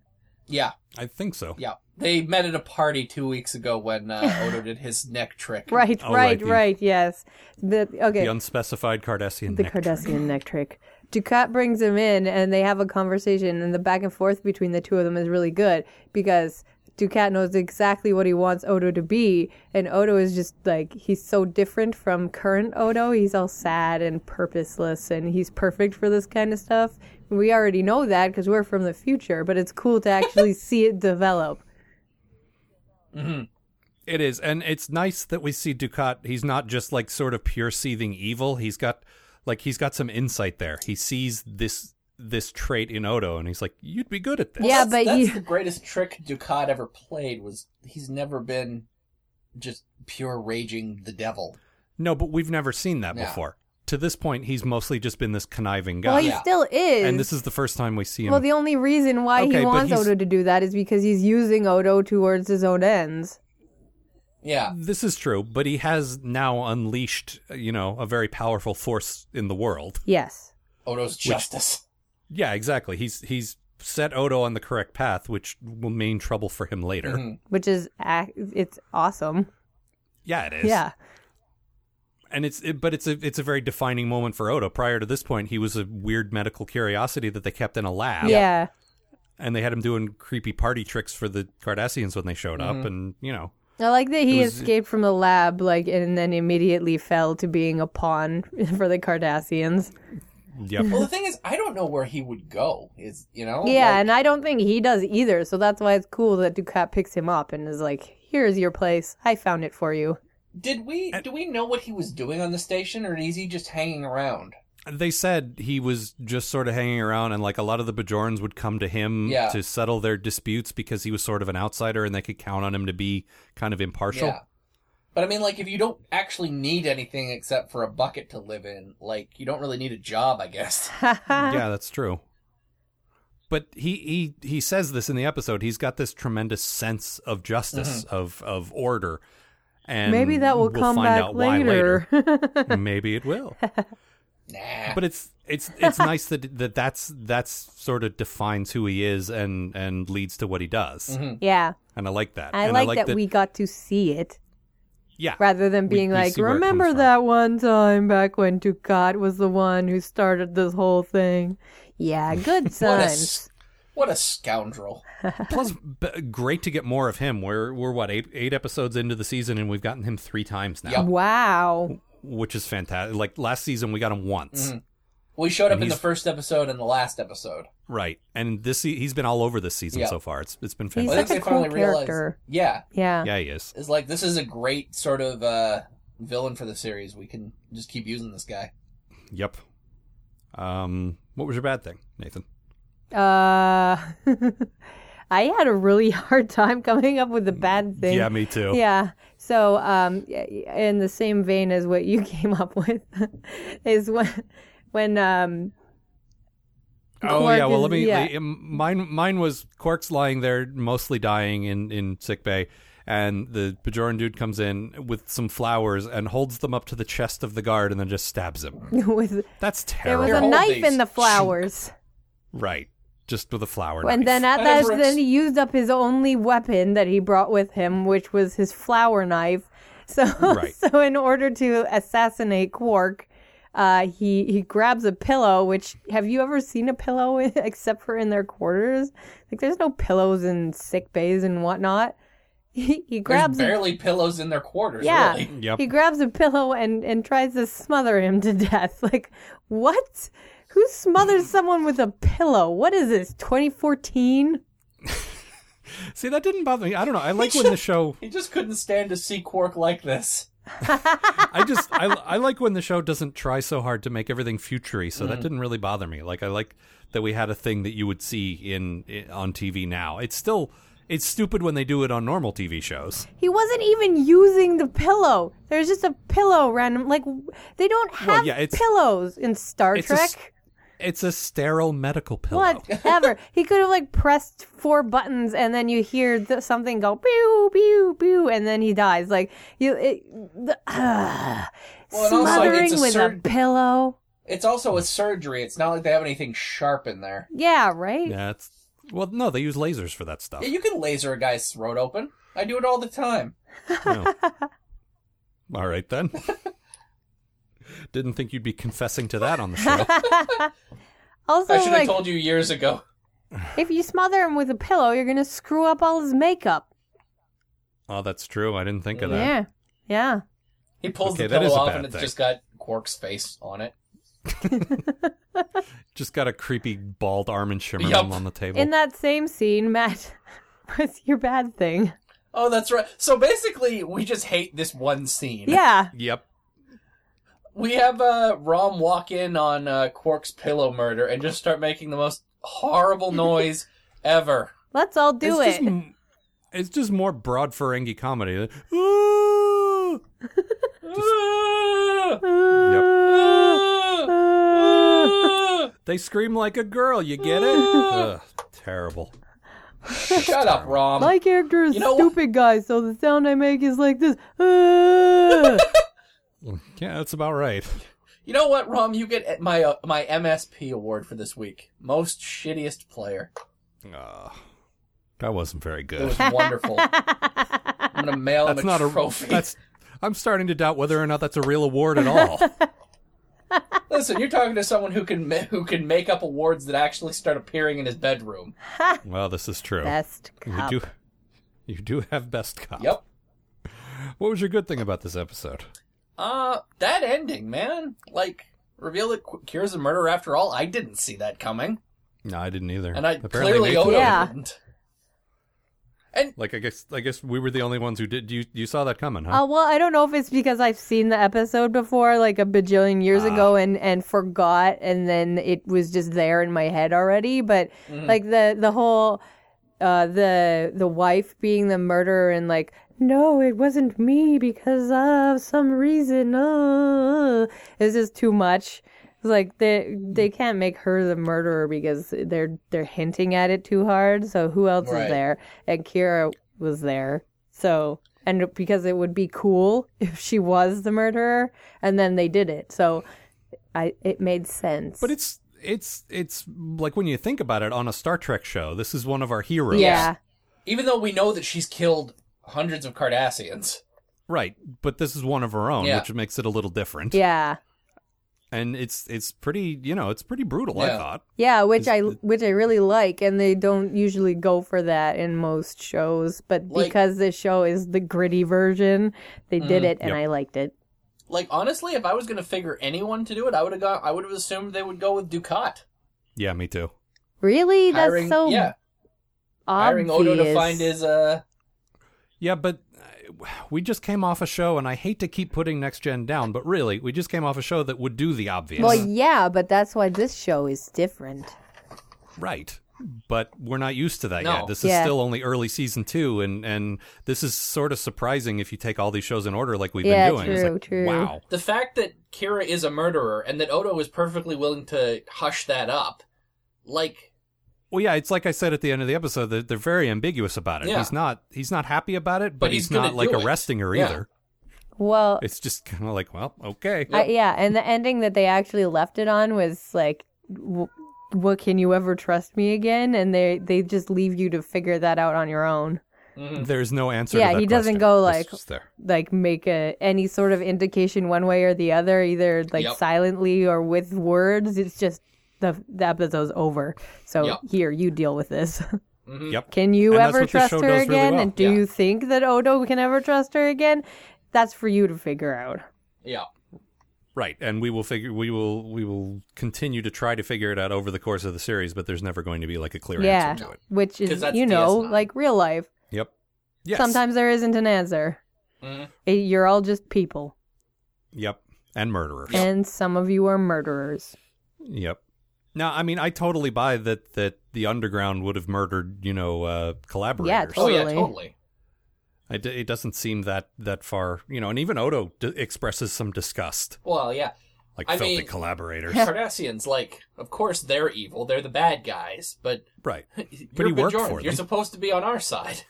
Yeah, I think so. yeah. They met at a party two weeks ago when uh, Odo did his neck trick. Right, Oh, right, right, the- right. Yes. But okay. The unspecified Cardassian. the neck. Cardassian neck trick. Ducat brings him in and they have a conversation, and the back and forth between the two of them is really good because Ducat knows exactly what he wants Odo to be, and Odo is just like, he's so different from current Odo. He's all sad and purposeless, and he's perfect for this kind of stuff. We already know that because we're from the future, but it's cool to actually see it develop. It is, and it's nice that we see Ducat. He's not just like sort of pure seething evil. He's got like he's got some insight there. He sees this this trait in Odo, and he's like, "You'd be good at this." Yeah, that's, but that's you- the greatest trick Dukat ever played was he's never been just pure raging the devil. No, but we've never seen that No. before. To this point, he's mostly just been this conniving guy, Well, he Yeah. still is. and this is the first time we see him. well, the only reason why Okay, he but wants he's- Odo to do that is because he's using Odo towards his own ends. Yeah, This is true, but he has now unleashed, you know, a very powerful force in the world. Yes. Odo's justice. Yeah, exactly. He's he's set Odo on the correct path, which will mean trouble for him later. Mhm. Which is, ac- it's awesome. Yeah, it is. Yeah. and it's it, but it's a it's a very defining moment for Odo. Prior to this point, he was a weird medical curiosity that they kept in a lab. Yeah. and they had him doing creepy party tricks for the Cardassians when they showed Mm-hmm. up, and you know, I like that he It was- escaped from the lab, like, and then immediately fell to being a pawn for the Cardassians. yep. Well, the thing is, I don't know where he would go. Is you Oh know? yeah, like- and I don't think he does either, so that's why it's cool that Ducat picks him up and is like, "Here's your place. I found it for you." did we do we know what he was doing on the station, or is he just hanging around? they said he was just sort of hanging around and like a lot of the bajorans would come to him Yeah. to settle their disputes because he was sort of an outsider and they could count on him to be kind of impartial Yeah. But I mean, like, if you don't actually need anything except for a bucket to live in, like, you don't really need a job, I guess. Yeah, that's true but he, he he says this in the episode he's got this tremendous sense of justice of of order and Mm-hmm. Maybe that will we'll come find back out why later. later. maybe it will Nah. but it's it's it's nice that that that's that's sort of defines who he is and and leads to what he does yeah, and i like that Mm-hmm. I and like, i like that, we got to see it yeah rather than We- being we like, see where it comes "Remember from." that one time back when Ducat was the one who started this whole thing." Yeah, good what, a, times. s- what a scoundrel. Plus, b- great to get more of him. We're we're what eight eight episodes into the season, and we've gotten him three times now, Yeah. wow. which is fantastic. Like last season, we got him Mm-hmm. once, Well, he showed up And in the he's- first episode and the last episode. right? And this se- he's been all over this season Yeah. so far. It's it's been He's I fantastic. think such they a cool finally realized. character. Yeah. Yeah. Yeah, he is. It's like, this is a great sort of uh, villain for the series. We can just keep using this guy. Yep. Um, what was your bad thing, Nathan? Uh, I had a really hard time coming up with the bad thing. Mm, Yeah, me too. Yeah. So, um, in the same vein as what you came up with, is when, when, um, Oh Quark yeah. Well, is- let me. yeah. le- um, mine mine was Quark's lying there, mostly dying in in sick bay, and the Bajoran dude comes in with some flowers and holds them up to the chest of the guard, and then just stabs him. with That's there terrible. was a Hold knife in these. the flowers, Right. Just with a flower and knife. then at I that, never ex- then he used up his only weapon that he brought with him, which was his flower knife. So, Right. so in order to assassinate Quark. Uh, he he grabs a pillow. Which have you ever seen a pillow except for in their quarters? Like there's no pillows in sick bays and whatnot. He, he grabs There's a barely pillows in their quarters, Yeah. really. Yep. He grabs a pillow and, and tries to smother him to death. Like, what? Who smothers someone with a pillow? What is this, 2014? See, that didn't bother me. I don't know. I like when the show. He just couldn't stand to see Quark like this. I just. I, I like when the show doesn't try so hard to make everything futury. So that didn't really bother me. Like I like that we had a thing that you would see in, i on TV now. It's still. It's stupid when they do it on normal TV shows. He wasn't even using the pillow. There's just a pillow random. Like, w- they don't have yeah, it's- pillows in Star It's a s- oh, Trek. It's a sterile medical pillow. Whatever. he could have, like, pressed four buttons and then you hear th- something go pew, pew, pew, and then he dies. Like, you. It, the, Well, and also, like, smothering it's a with certain- a pillow. It's also a surgery. It's not like they have anything sharp in there. Yeah, right? Yeah, it's. Well, no, they use lasers for that stuff. Yeah, you can laser a guy's throat open. I do it all the time. Oh. All right then. Didn't think you'd be confessing to that on the show. Also, I should have like, told you years ago. if you smother him with a pillow, you're gonna screw up all his makeup. Oh, that's true. I didn't think of that. Yeah, yeah. He pulls Okay, the that pillow is a off bad and it's thing. just got Quark's face on it. Just got a creepy bald arm and shimmer Yup. on the table. In that same scene, Matt, what's your bad thing? Oh, that's right. So basically, we just hate this one scene. Yeah, yep. We have uh, Rom walk in on uh, Quark's pillow murder and just start making the most horrible noise ever. let's all do it's Just, it. m- it's just more broad Ferengi comedy. Ooh! Just- they scream like a girl. You get it? Ugh, terrible. Shut up, Rom. My character is You know- stupid, guys. So the sound I make is like this. Uh. Yeah, that's about right. You know what, Rom? You get my uh, my MSP award for this week. Most shittiest player. Ugh. Ah, that wasn't very It good. was wonderful. I'm gonna mail him That's a not a trophy. That's. I'm starting to doubt whether or not that's a real award at all. Listen, you're talking to someone who can ma- who can make up awards that actually start appearing in his bedroom. Well, this is true. Best you cup. do, you do have best cop. Yep. What was your good thing about this episode? Uh, that ending, man. Like, reveal that Qu- Cures a murder after all. I didn't see that coming, No, I didn't either. and I Apparently clearly Odo Nathan- Mayfield- Yeah. didn't. Like I guess I guess we were the only ones who did. You you saw that coming, huh? Uh, well, I don't know if it's because I've seen the episode before, like a bajillion years ago, and, and forgot, and then it was just there in my head already. But like the the whole uh, the the wife being the murderer and like no, it wasn't me because of some reason. Uh, it's just too much. It's like they they can't make her the murderer because they're they're hinting at it too hard. So who else Right. is there? And Kira was there. So and because it would be cool if she was the murderer, and then they did it. So I it made sense. But it's it's it's like when you think about it on a Star Trek show, this is one of our heroes. yeah, Even though we know that she's killed hundreds of Cardassians. Right, but this is one of her own, Yeah. which makes it a little different. yeah. And it's it's pretty, you know, it's pretty brutal, I Yeah. thought. Yeah, which Is I the- which I really like, and they don't usually go for that in most shows. But Like- because this show is the gritty version, they did it, and Mm, Yep. I liked it. Like, honestly, if I was gonna figure anyone to do it, I would have got. I would have assumed they would go with Ducat. Yeah, me too. Really, that's hiring, so yeah, hiring obvious. Odo to find his uh. Yeah, but uh, we just came off a show, and I hate to keep putting Next Gen down, but really, we just came off a show that would do the obvious. Well, yeah, but that's why this show is different. Right. But we're not used to that No. yet. This Yeah. is still only early season two, and, and this is sort of surprising if you take all these shows in order like we've Yeah, been doing. It's true, like, true. Wow. The fact that Kira is a murderer and that Odo is perfectly willing to hush that up, like, Well, yeah, it's like I said at the end of the episode that they're very ambiguous about it. Yeah. He's not he's not happy about it, but, But he's gonna not like do it. arresting her Yeah. either. Well, It's just kind of like, well, okay. I, yeah, and the ending that they actually left it on was like, w- "What can you ever trust me again?" And they they just leave you to figure that out on your own. mhm. There's no answer. to Yeah, that he doesn't question. go It's like- just there. like make a any sort of indication one way or the other, either like Yep. silently or with words. It's just the the episode's over. So Yep. here, you deal with this. Mhm. Yep. can you And that's ever what this trust her show does really again? well. And do Yeah. you think that Odo can ever trust her again? That's for you to figure out. yeah. Right, and we will figure we will we will continue to try to figure it out over the course of the series, but there's never going to be like a clear yeah, answer to it. which 'Cause is that's you know DS9. like real life. Yep. Yes. Sometimes there isn't an answer. Mhm. Eh, You're all just people, Yep. And murderers. and some of you are murderers. Yep. Now, I mean, I totally buy that that the underground would have murdered, you know, uh, collaborators. totally. Oh yeah, totally. I d- it doesn't seem that that far, you know. And even Odo d- expresses some disgust, Well, yeah. like I filthy mean- collaborators. Cardassians, like, of course they're evil. They're the bad guys, but right. you're he worked Bajoran. for them. You're supposed to be on our side.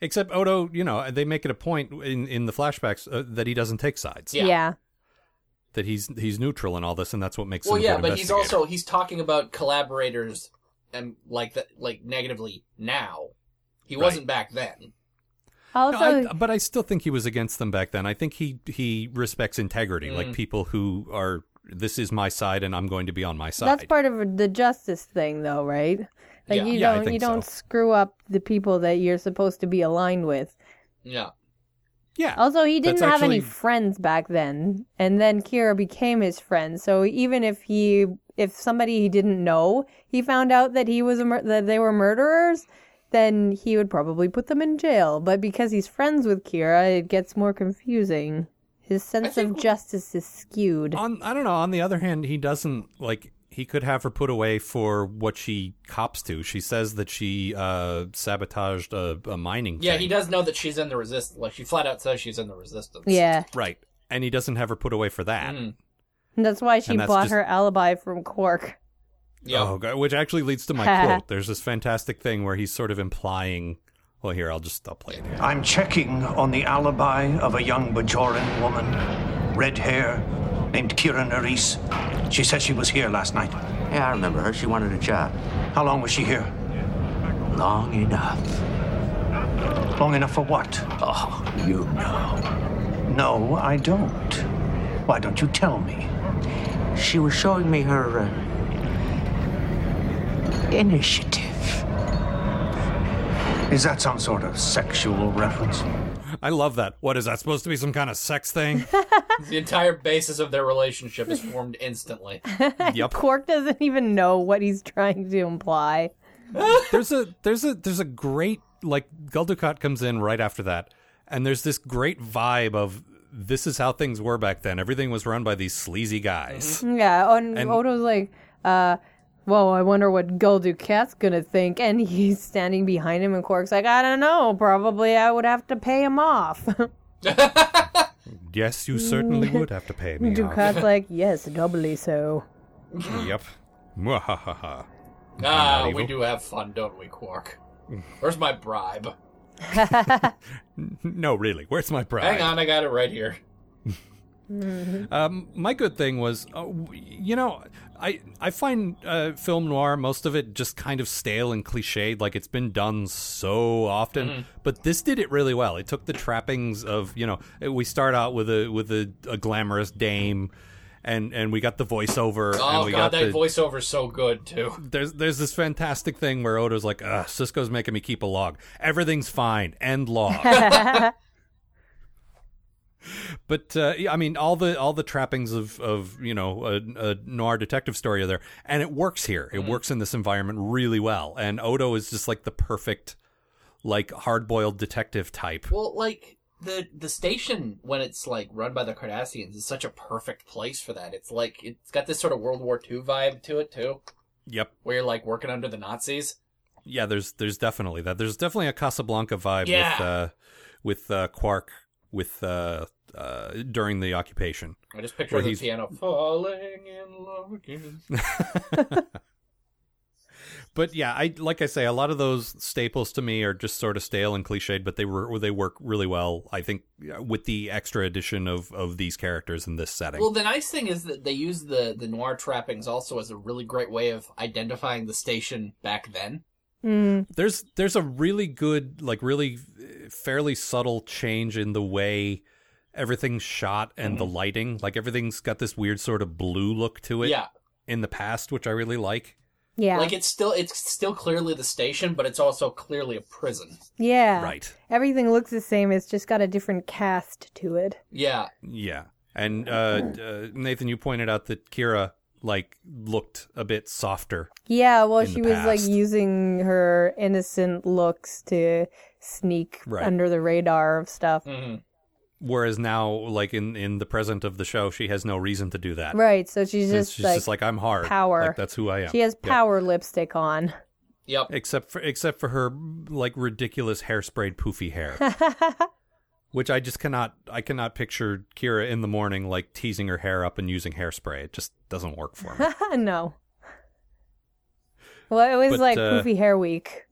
Except Odo, you know, they make it a point in in the flashbacks uh, that he doesn't take sides. Yeah. yeah. That he's he's neutral in all this, and that's what makes well, him. a yeah, good but he's investigator. also he's talking about collaborators and like that, like negatively now. He Right. wasn't back then. Also, No, I, but I still think he was against them back then. I think he he respects integrity, Mm. like people who are this is my side, and I'm going to be on my side. That's part of the justice thing, though, right? Like Yeah. you Yeah, I don't you think don't so. screw up the people that you're supposed to be aligned with. Yeah. yeah. Also, he That's didn't have any actually- friends back then, and then Kira became his friend. So even if he if somebody he didn't know, he found out that he was a mur- that they were murderers, then he would probably put them in jail. But because he's friends with Kira, it gets more confusing. His sense of think- justice is skewed. on I don't know. On the other hand, he doesn't like he could have her put away for what she cops to. She says that she uh, sabotaged a, a mining. Yeah, thing. he does know that she's in the resistance. Like she flat out says she's in the resistance. Yeah, Right, and he doesn't have her put away for that. Mm. and that's why she And that's bought just- her alibi from Quark. Yeah. Oh, God, which actually leads to my quote. There's this fantastic thing where he's sort of implying. Well, here I'll just I'll play it. Here. I'm checking on the alibi of a young Bajoran woman, red hair, named Kira Nerys. She said she was here last night. Yeah, I remember her. She wanted a job. How long was she here? Long enough. Long enough for what? Oh, you know. No, I don't. Why don't you tell me? she was showing me her uh, initiative. Is that some sort of sexual reference? I love that. What is that supposed to be? Some kind of sex thing? The entire basis of their relationship is formed instantly. yep. Quark doesn't even know what he's trying to imply. there's a there's a there's a great like Gul Dukat comes in right after that, and there's this great vibe of this is how things were back then. Everything was run by these sleazy Mm-hmm. guys. Yeah, and, And- Odo's like, uh, whoa, I wonder what Gul Dukat's gonna think. And he's standing behind him, and Quark's like, I don't know, probably I would have to pay him off. Yes, you certainly would have to pay me. off. Dukat's like, yes, doubly so. Yep. Mwahahaha. Ah, evil. we do have fun, don't we, Quark? Where's my bribe? No, really. Where's my pride? Hang on, I got it right here. Um, my good thing was, uh, w- you know, I I find uh, film noir most of it just kind of stale and cliched, like it's been done so often. Mm-hmm. But this did it really well. It took the trappings of you know uh, we start out with a with a, a glamorous dame, and and we got the voiceover. and Oh we got god, that the, voiceover's so good too. there's there's this fantastic thing where Odo's like, Ugh, Cisco's making me keep a log. Everything's fine. End log. but uh, yeah, I mean, all the all the trappings of of you know a, a noir detective story are there, and it works here. It works in this environment really well. And Odo is just like the perfect like hard boiled detective type. Well, like the the station when it's like run by the Cardassians is such a perfect place for that. It's like it's got this sort of World War II vibe to it too, Yep. where you're like working under the Nazis. Yeah. There's there's definitely that. There's definitely a Casablanca vibe Yeah. with uh, with uh, Quark with uh, uh, during the occupation. I just picture Where the he's- piano falling in love again. But yeah, I like I say, a lot of those staples to me are just sort of stale and cliched, but they were they work really well. I think uh, with the extra addition of of these characters in this setting. Well, the nice thing is that they use the the noir trappings also as a really great way of identifying the station back then. Mm, there's there's a really good like really uh, fairly subtle change in the way everything's shot and Mm-hmm. the lighting. Like everything's got this weird sort of blue look to it yeah, in the past, which I really like. yeah. like it's still it's still clearly the station, but it's also clearly a prison. yeah. Right. Everything looks the same, it's just got a different cast to it. Yeah, Yeah. And uh, uh, Nathan, you pointed out that Kira like looked a bit softer Yeah, well, in the she was like past. using her innocent looks to sneak Right. under the radar of stuff. Mm-hmm. whereas now like in in the present of the show she has no reason to do that Right, so she's And just, she's like, just like i'm hard power. like that's who i am she has Yeah. power lipstick on. yep. except for except for her like ridiculous hairsprayed poofy hair which i just cannot i cannot picture kira in the morning like teasing her hair up and using hairspray it just doesn't work for me no. Well, it was But, like uh, poofy hair week.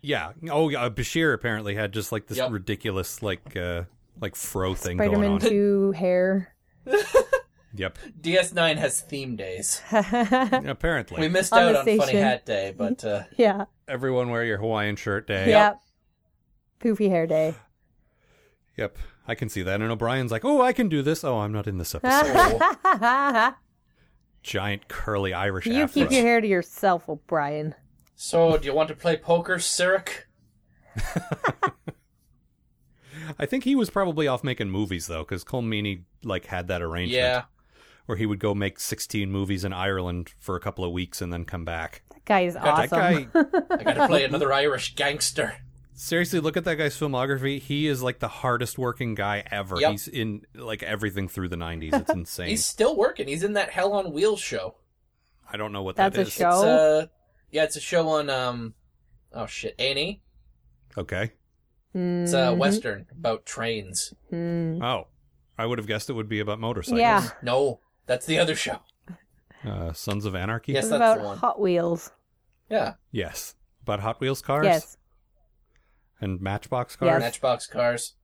yeah oh yeah bashir apparently had just like this Yep. ridiculous like uh like fro thing Spider going Man on 2 hair. yep DS9 has theme days. apparently We missed On out the on Funny station. Hat Day, but uh, yeah. everyone wear your hawaiian shirt day Yeah. Poofy hair day. Yep, I can see that. And O'Brien's like, "Oh, I can do this." Oh, I'm not in this episode. Giant curly Irish you afro. keep your hair to yourself, O'Brien. so do you want to play poker, Sirik? I think he was probably off making movies though, because Cole Meany like had that arrangement Yeah, where he would go make 16 movies in Ireland for a couple of weeks and then come back. That guy is awesome. That guy, uh, I got to play another Irish gangster. seriously, look at that guy's filmography. He is like the hardest working guy ever. Yep. He's in like everything through the 90s. It's insane. He's still working. He's in that Hell on Wheels show. I don't know what That's that a is. show. It's, Oh. uh, yeah, it's a show on um, oh shit, A&E. Okay. It's Mm-hmm. a western about trains. Oh, I would have guessed it would be about motorcycles. yeah. No, that's the other show. Uh, Sons of Anarchy. Yes. It's that's about the one. Hot Wheels. Yeah, Yes. About Hot Wheels cars. Yes. and Matchbox Yes. cars, Matchbox cars.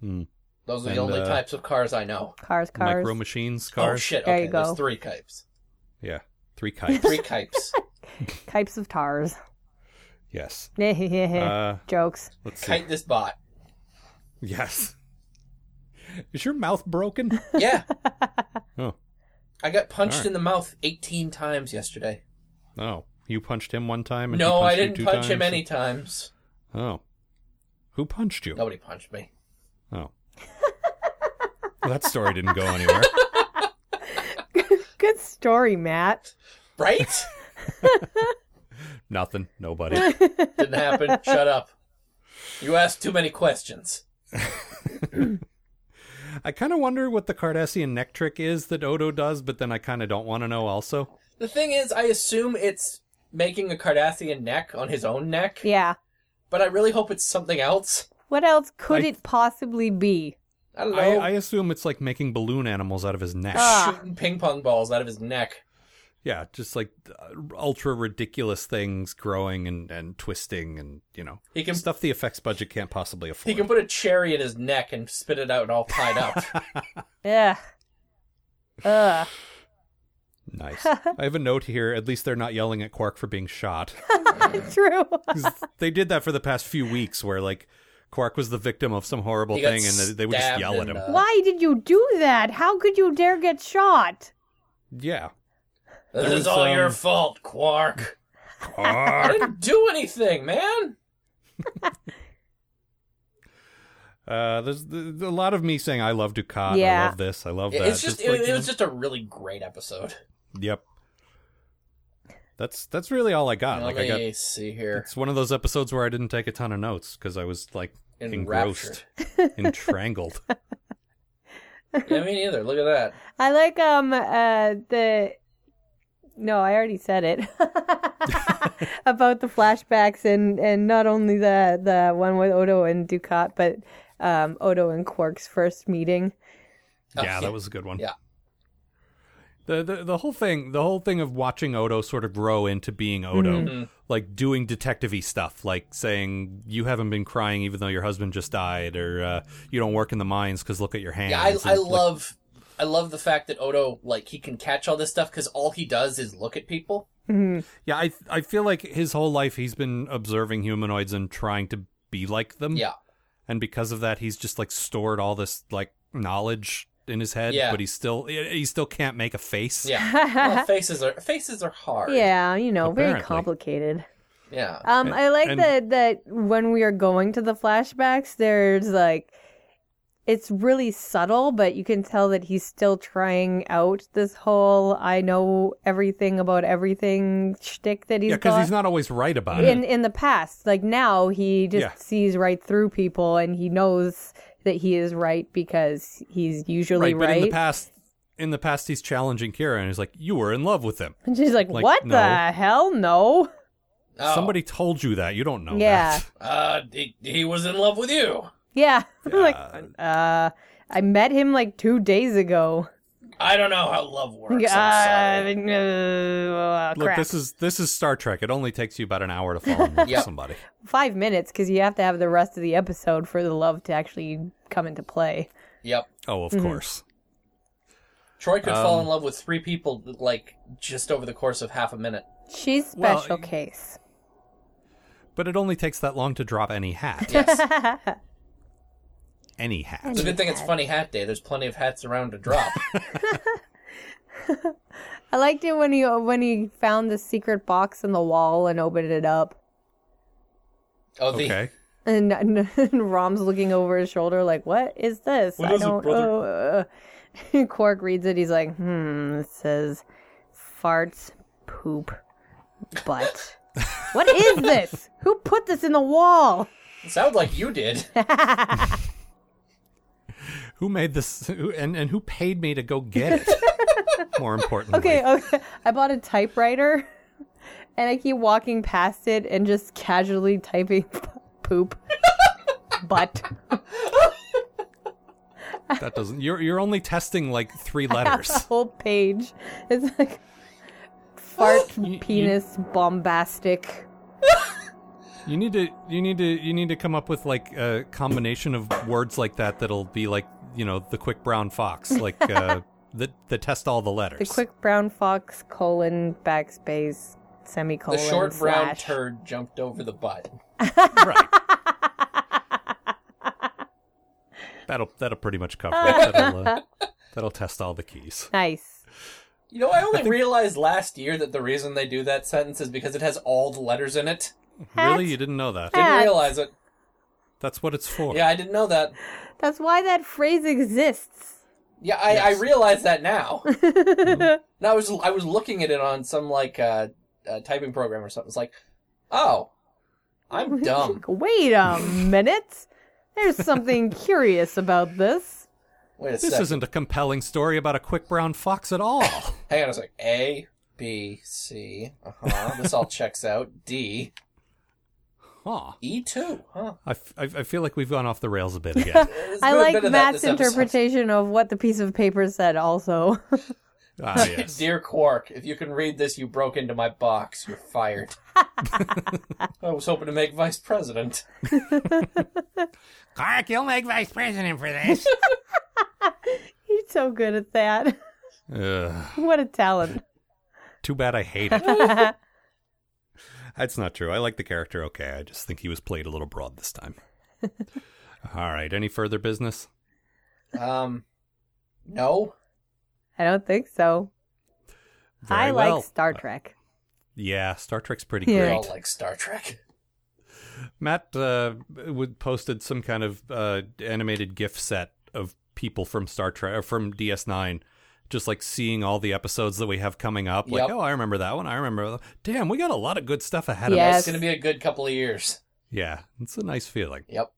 Hmm. Those are And, the only uh, types of cars I know. Cars, cars. micro machines cars. Oh shit! There okay, you go. there's three types. Yeah, three kites. Three types. Types of tars. yes. Uh, Jokes. Let's see. Kite this bot. Yes. Is your mouth broken? Yeah, oh, I got punched Alright. in the mouth 18 times yesterday. Oh, you punched him one time. And he No, I punched you didn't two punch him times? any times. Oh, who punched you? Nobody punched me. Oh, well, that story didn't go anywhere. Good story, Matt. Right? Nothing. Nobody. didn't happen. Shut up. You asked too many questions. I kind of wonder what the Cardassian neck trick is that Odo does, but then I kind of don't want to know. Also, The thing is, I assume it's making a Cardassian neck on his own neck, Yeah. but I really hope it's something else. What else could I- it possibly be? I don't I, know. I assume it's like making balloon animals out of his neck. Ah. Shooting ping pong balls out of his neck. Yeah, just like uh, ultra ridiculous things growing and, and twisting and you know He can stuff the effects budget can't possibly afford. he can put a cherry in his neck and spit it out all tied up. Ugh. Ugh. nice. I have a note here. At least they're not yelling at Quark for being shot. True. 'Cause they did that for the past few weeks, where like Quark was the victim of some horrible He got thing, and they, they would just stabbed yell at and, him. uh, Why did you do that? How could you dare get shot? yeah, this There was, is all your um, fault, Quark. I didn't do anything, man. uh, there's, there's a lot of me saying I love Ducat. I Yeah. love this. I love that. It's just, like, it, it was just a really great episode. yep. That's that's really all I got. Let Ah, like I got me see here. It's one of those episodes where I didn't take a ton of notes because I was like engrossed, Enraptured. entrangled. yeah, me neither. Look at that. I like um uh the no, I already said it about the flashbacks and and not only the the one with Odo and Ducat, but um Odo and Quark's first meeting. Oh, yeah, yeah. that was a good one. Yeah. The, the the whole thing, the whole thing of watching Odo sort of grow into being Odo, Mm-hmm. like doing detective-y stuff, like saying you haven't been crying even though your husband just died, or uh, you don't work in the mines because look at your hands. Yeah, I, and, I like, love I love the fact that Odo like he can catch all this stuff because all he does is look at people. Mm-hmm. Yeah, I I feel like his whole life he's been observing humanoids and trying to be like them. Yeah. and because of that he's just like stored all this like knowledge in his head Yeah. but he still he still can't make a face Yeah, Well, faces are faces are hard. Yeah, you know, very Apparently. complicated. yeah. Um, I like and- that that when we are going to the flashbacks, there's like it's really subtle, but you can tell that he's still trying out this whole "I know everything about everything" shtick that he's yeah because got. he's not always right about in it in the past like now he just Yeah. sees right through people and he knows that he is right because he's usually right but right, in the past in the past he's challenging kira and he's like you were in love with him and she's like, like, what no. the hell no Oh, somebody told you that you don't know Yeah. that. Uh, he, he was in love with you. yeah, like uh i met him like two days ago I don't know how love works. uh, I'm sorry. uh, look crap. this is this is star trek it only takes you about an hour to fall in love Yeah. with somebody five minutes because you have to have the rest of the episode for the love to actually come into play Yep. oh Mm-hmm. of course Troy could Um, fall in love with three people like just over the course of half a minute. she's Well, special y- case but it only takes that long to drop any hat Yes. It's any hat a good thing it's funny hat day. There's plenty of hats around to drop. i liked it when he when he found the secret box in the wall and opened it up Oh, the okay And, and, and Rom's looking over his shoulder, like, "What is this? What I is it, don't." brother?" uh, uh." Quark reads it. He's like, "Hmm." It says, "Farts, poop, butt." what is this? Who put this in the wall? it sounds like you did. who made this who, and, and who paid me to go get it more importantly Okay, uh okay. I bought a typewriter, and I keep walking past it and just casually typing poop, butt. That doesn't. You're you're only testing like three letters. whole page. It's like fart, penis, bombastic. you need to you need to you need to come up with like a combination of words like that that'll be like you know the quick brown fox like uh, that that test all the letters. The quick brown fox colon backspace The semicolon short brown slash. turd jumped over the butt. right. That'll that'll pretty much cover it. That'll, uh, that'll test all the keys. Nice. You know, I only realized last year that the reason they do that sentence is because it has all the letters in it. Really, you didn't know that? Didn't Hats. realize it. That's what it's for. Yeah, I didn't know that. That's why that phrase exists. Yeah, I, I realize that now. no, I was I was looking at it on some like uh, uh, typing program or something. It's like, oh, I'm dumb. Wait a minute. There's something curious about this. Wait a This second. isn't a compelling story about a quick brown fox at all. Hang on a sec. A, B, C. Uh huh. this all checks out. D, Huh. E two. Huh. I, f- I- I feel like we've gone off the rails a bit again. There's I been a like bit of that Matt's this episode. interpretation of what the piece of paper said, also. ah, yes. Dear Quark, if you can read this, you broke into my box. You're fired. I was hoping to make vice president. Clark, you'll make vice president for this. He's so good at that. Ugh, what a talent. too bad I hate it. That's not true. I like the character okay. I just think he was played a little broad this time. All right. Any further business? Um, no. I don't think so. I Very like well. Star Trek. Yeah, Star Trek's pretty Yeah. We great. all like Star Trek. Matt uh, would posted some kind of uh, animated GIF set of people from Star Trek or from DS9, just like seeing all the episodes that we have coming up. Like, Yep. oh, I remember that one. I remember. That. Damn, we got a lot of good stuff ahead of Yes. us. It's gonna be a good couple of years. Yeah, it's a nice feeling. Yep.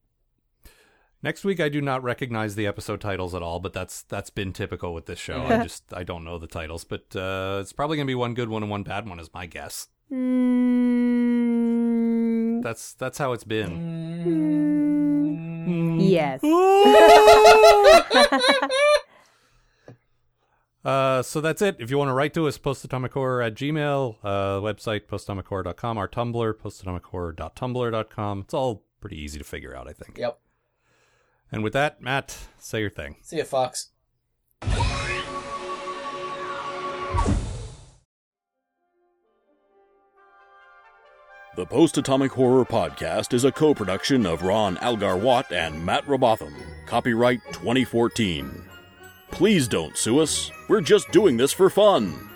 Next week, I do not recognize the episode titles at all, but that's that's been typical with this show. I just I don't know the titles, but uh, it's probably gonna be one good one and one bad one, is my guess. Mm, That's that's how it's been. Hmm. yes. Uh, so that's it. If you want to write to us, postatomichorror at gmail, uh, website postatomichorror.com, our Tumblr, postatomichorror.tumblr.com. It's all pretty easy to figure out, I think. Yep. And with that, Matt, say your thing. See ya, Fox. The Post Atomic Horror Podcast is a co production of Ron Algar Watt and Matt Robotham. Copyright 2014. Please don't sue us. We're just doing this for fun.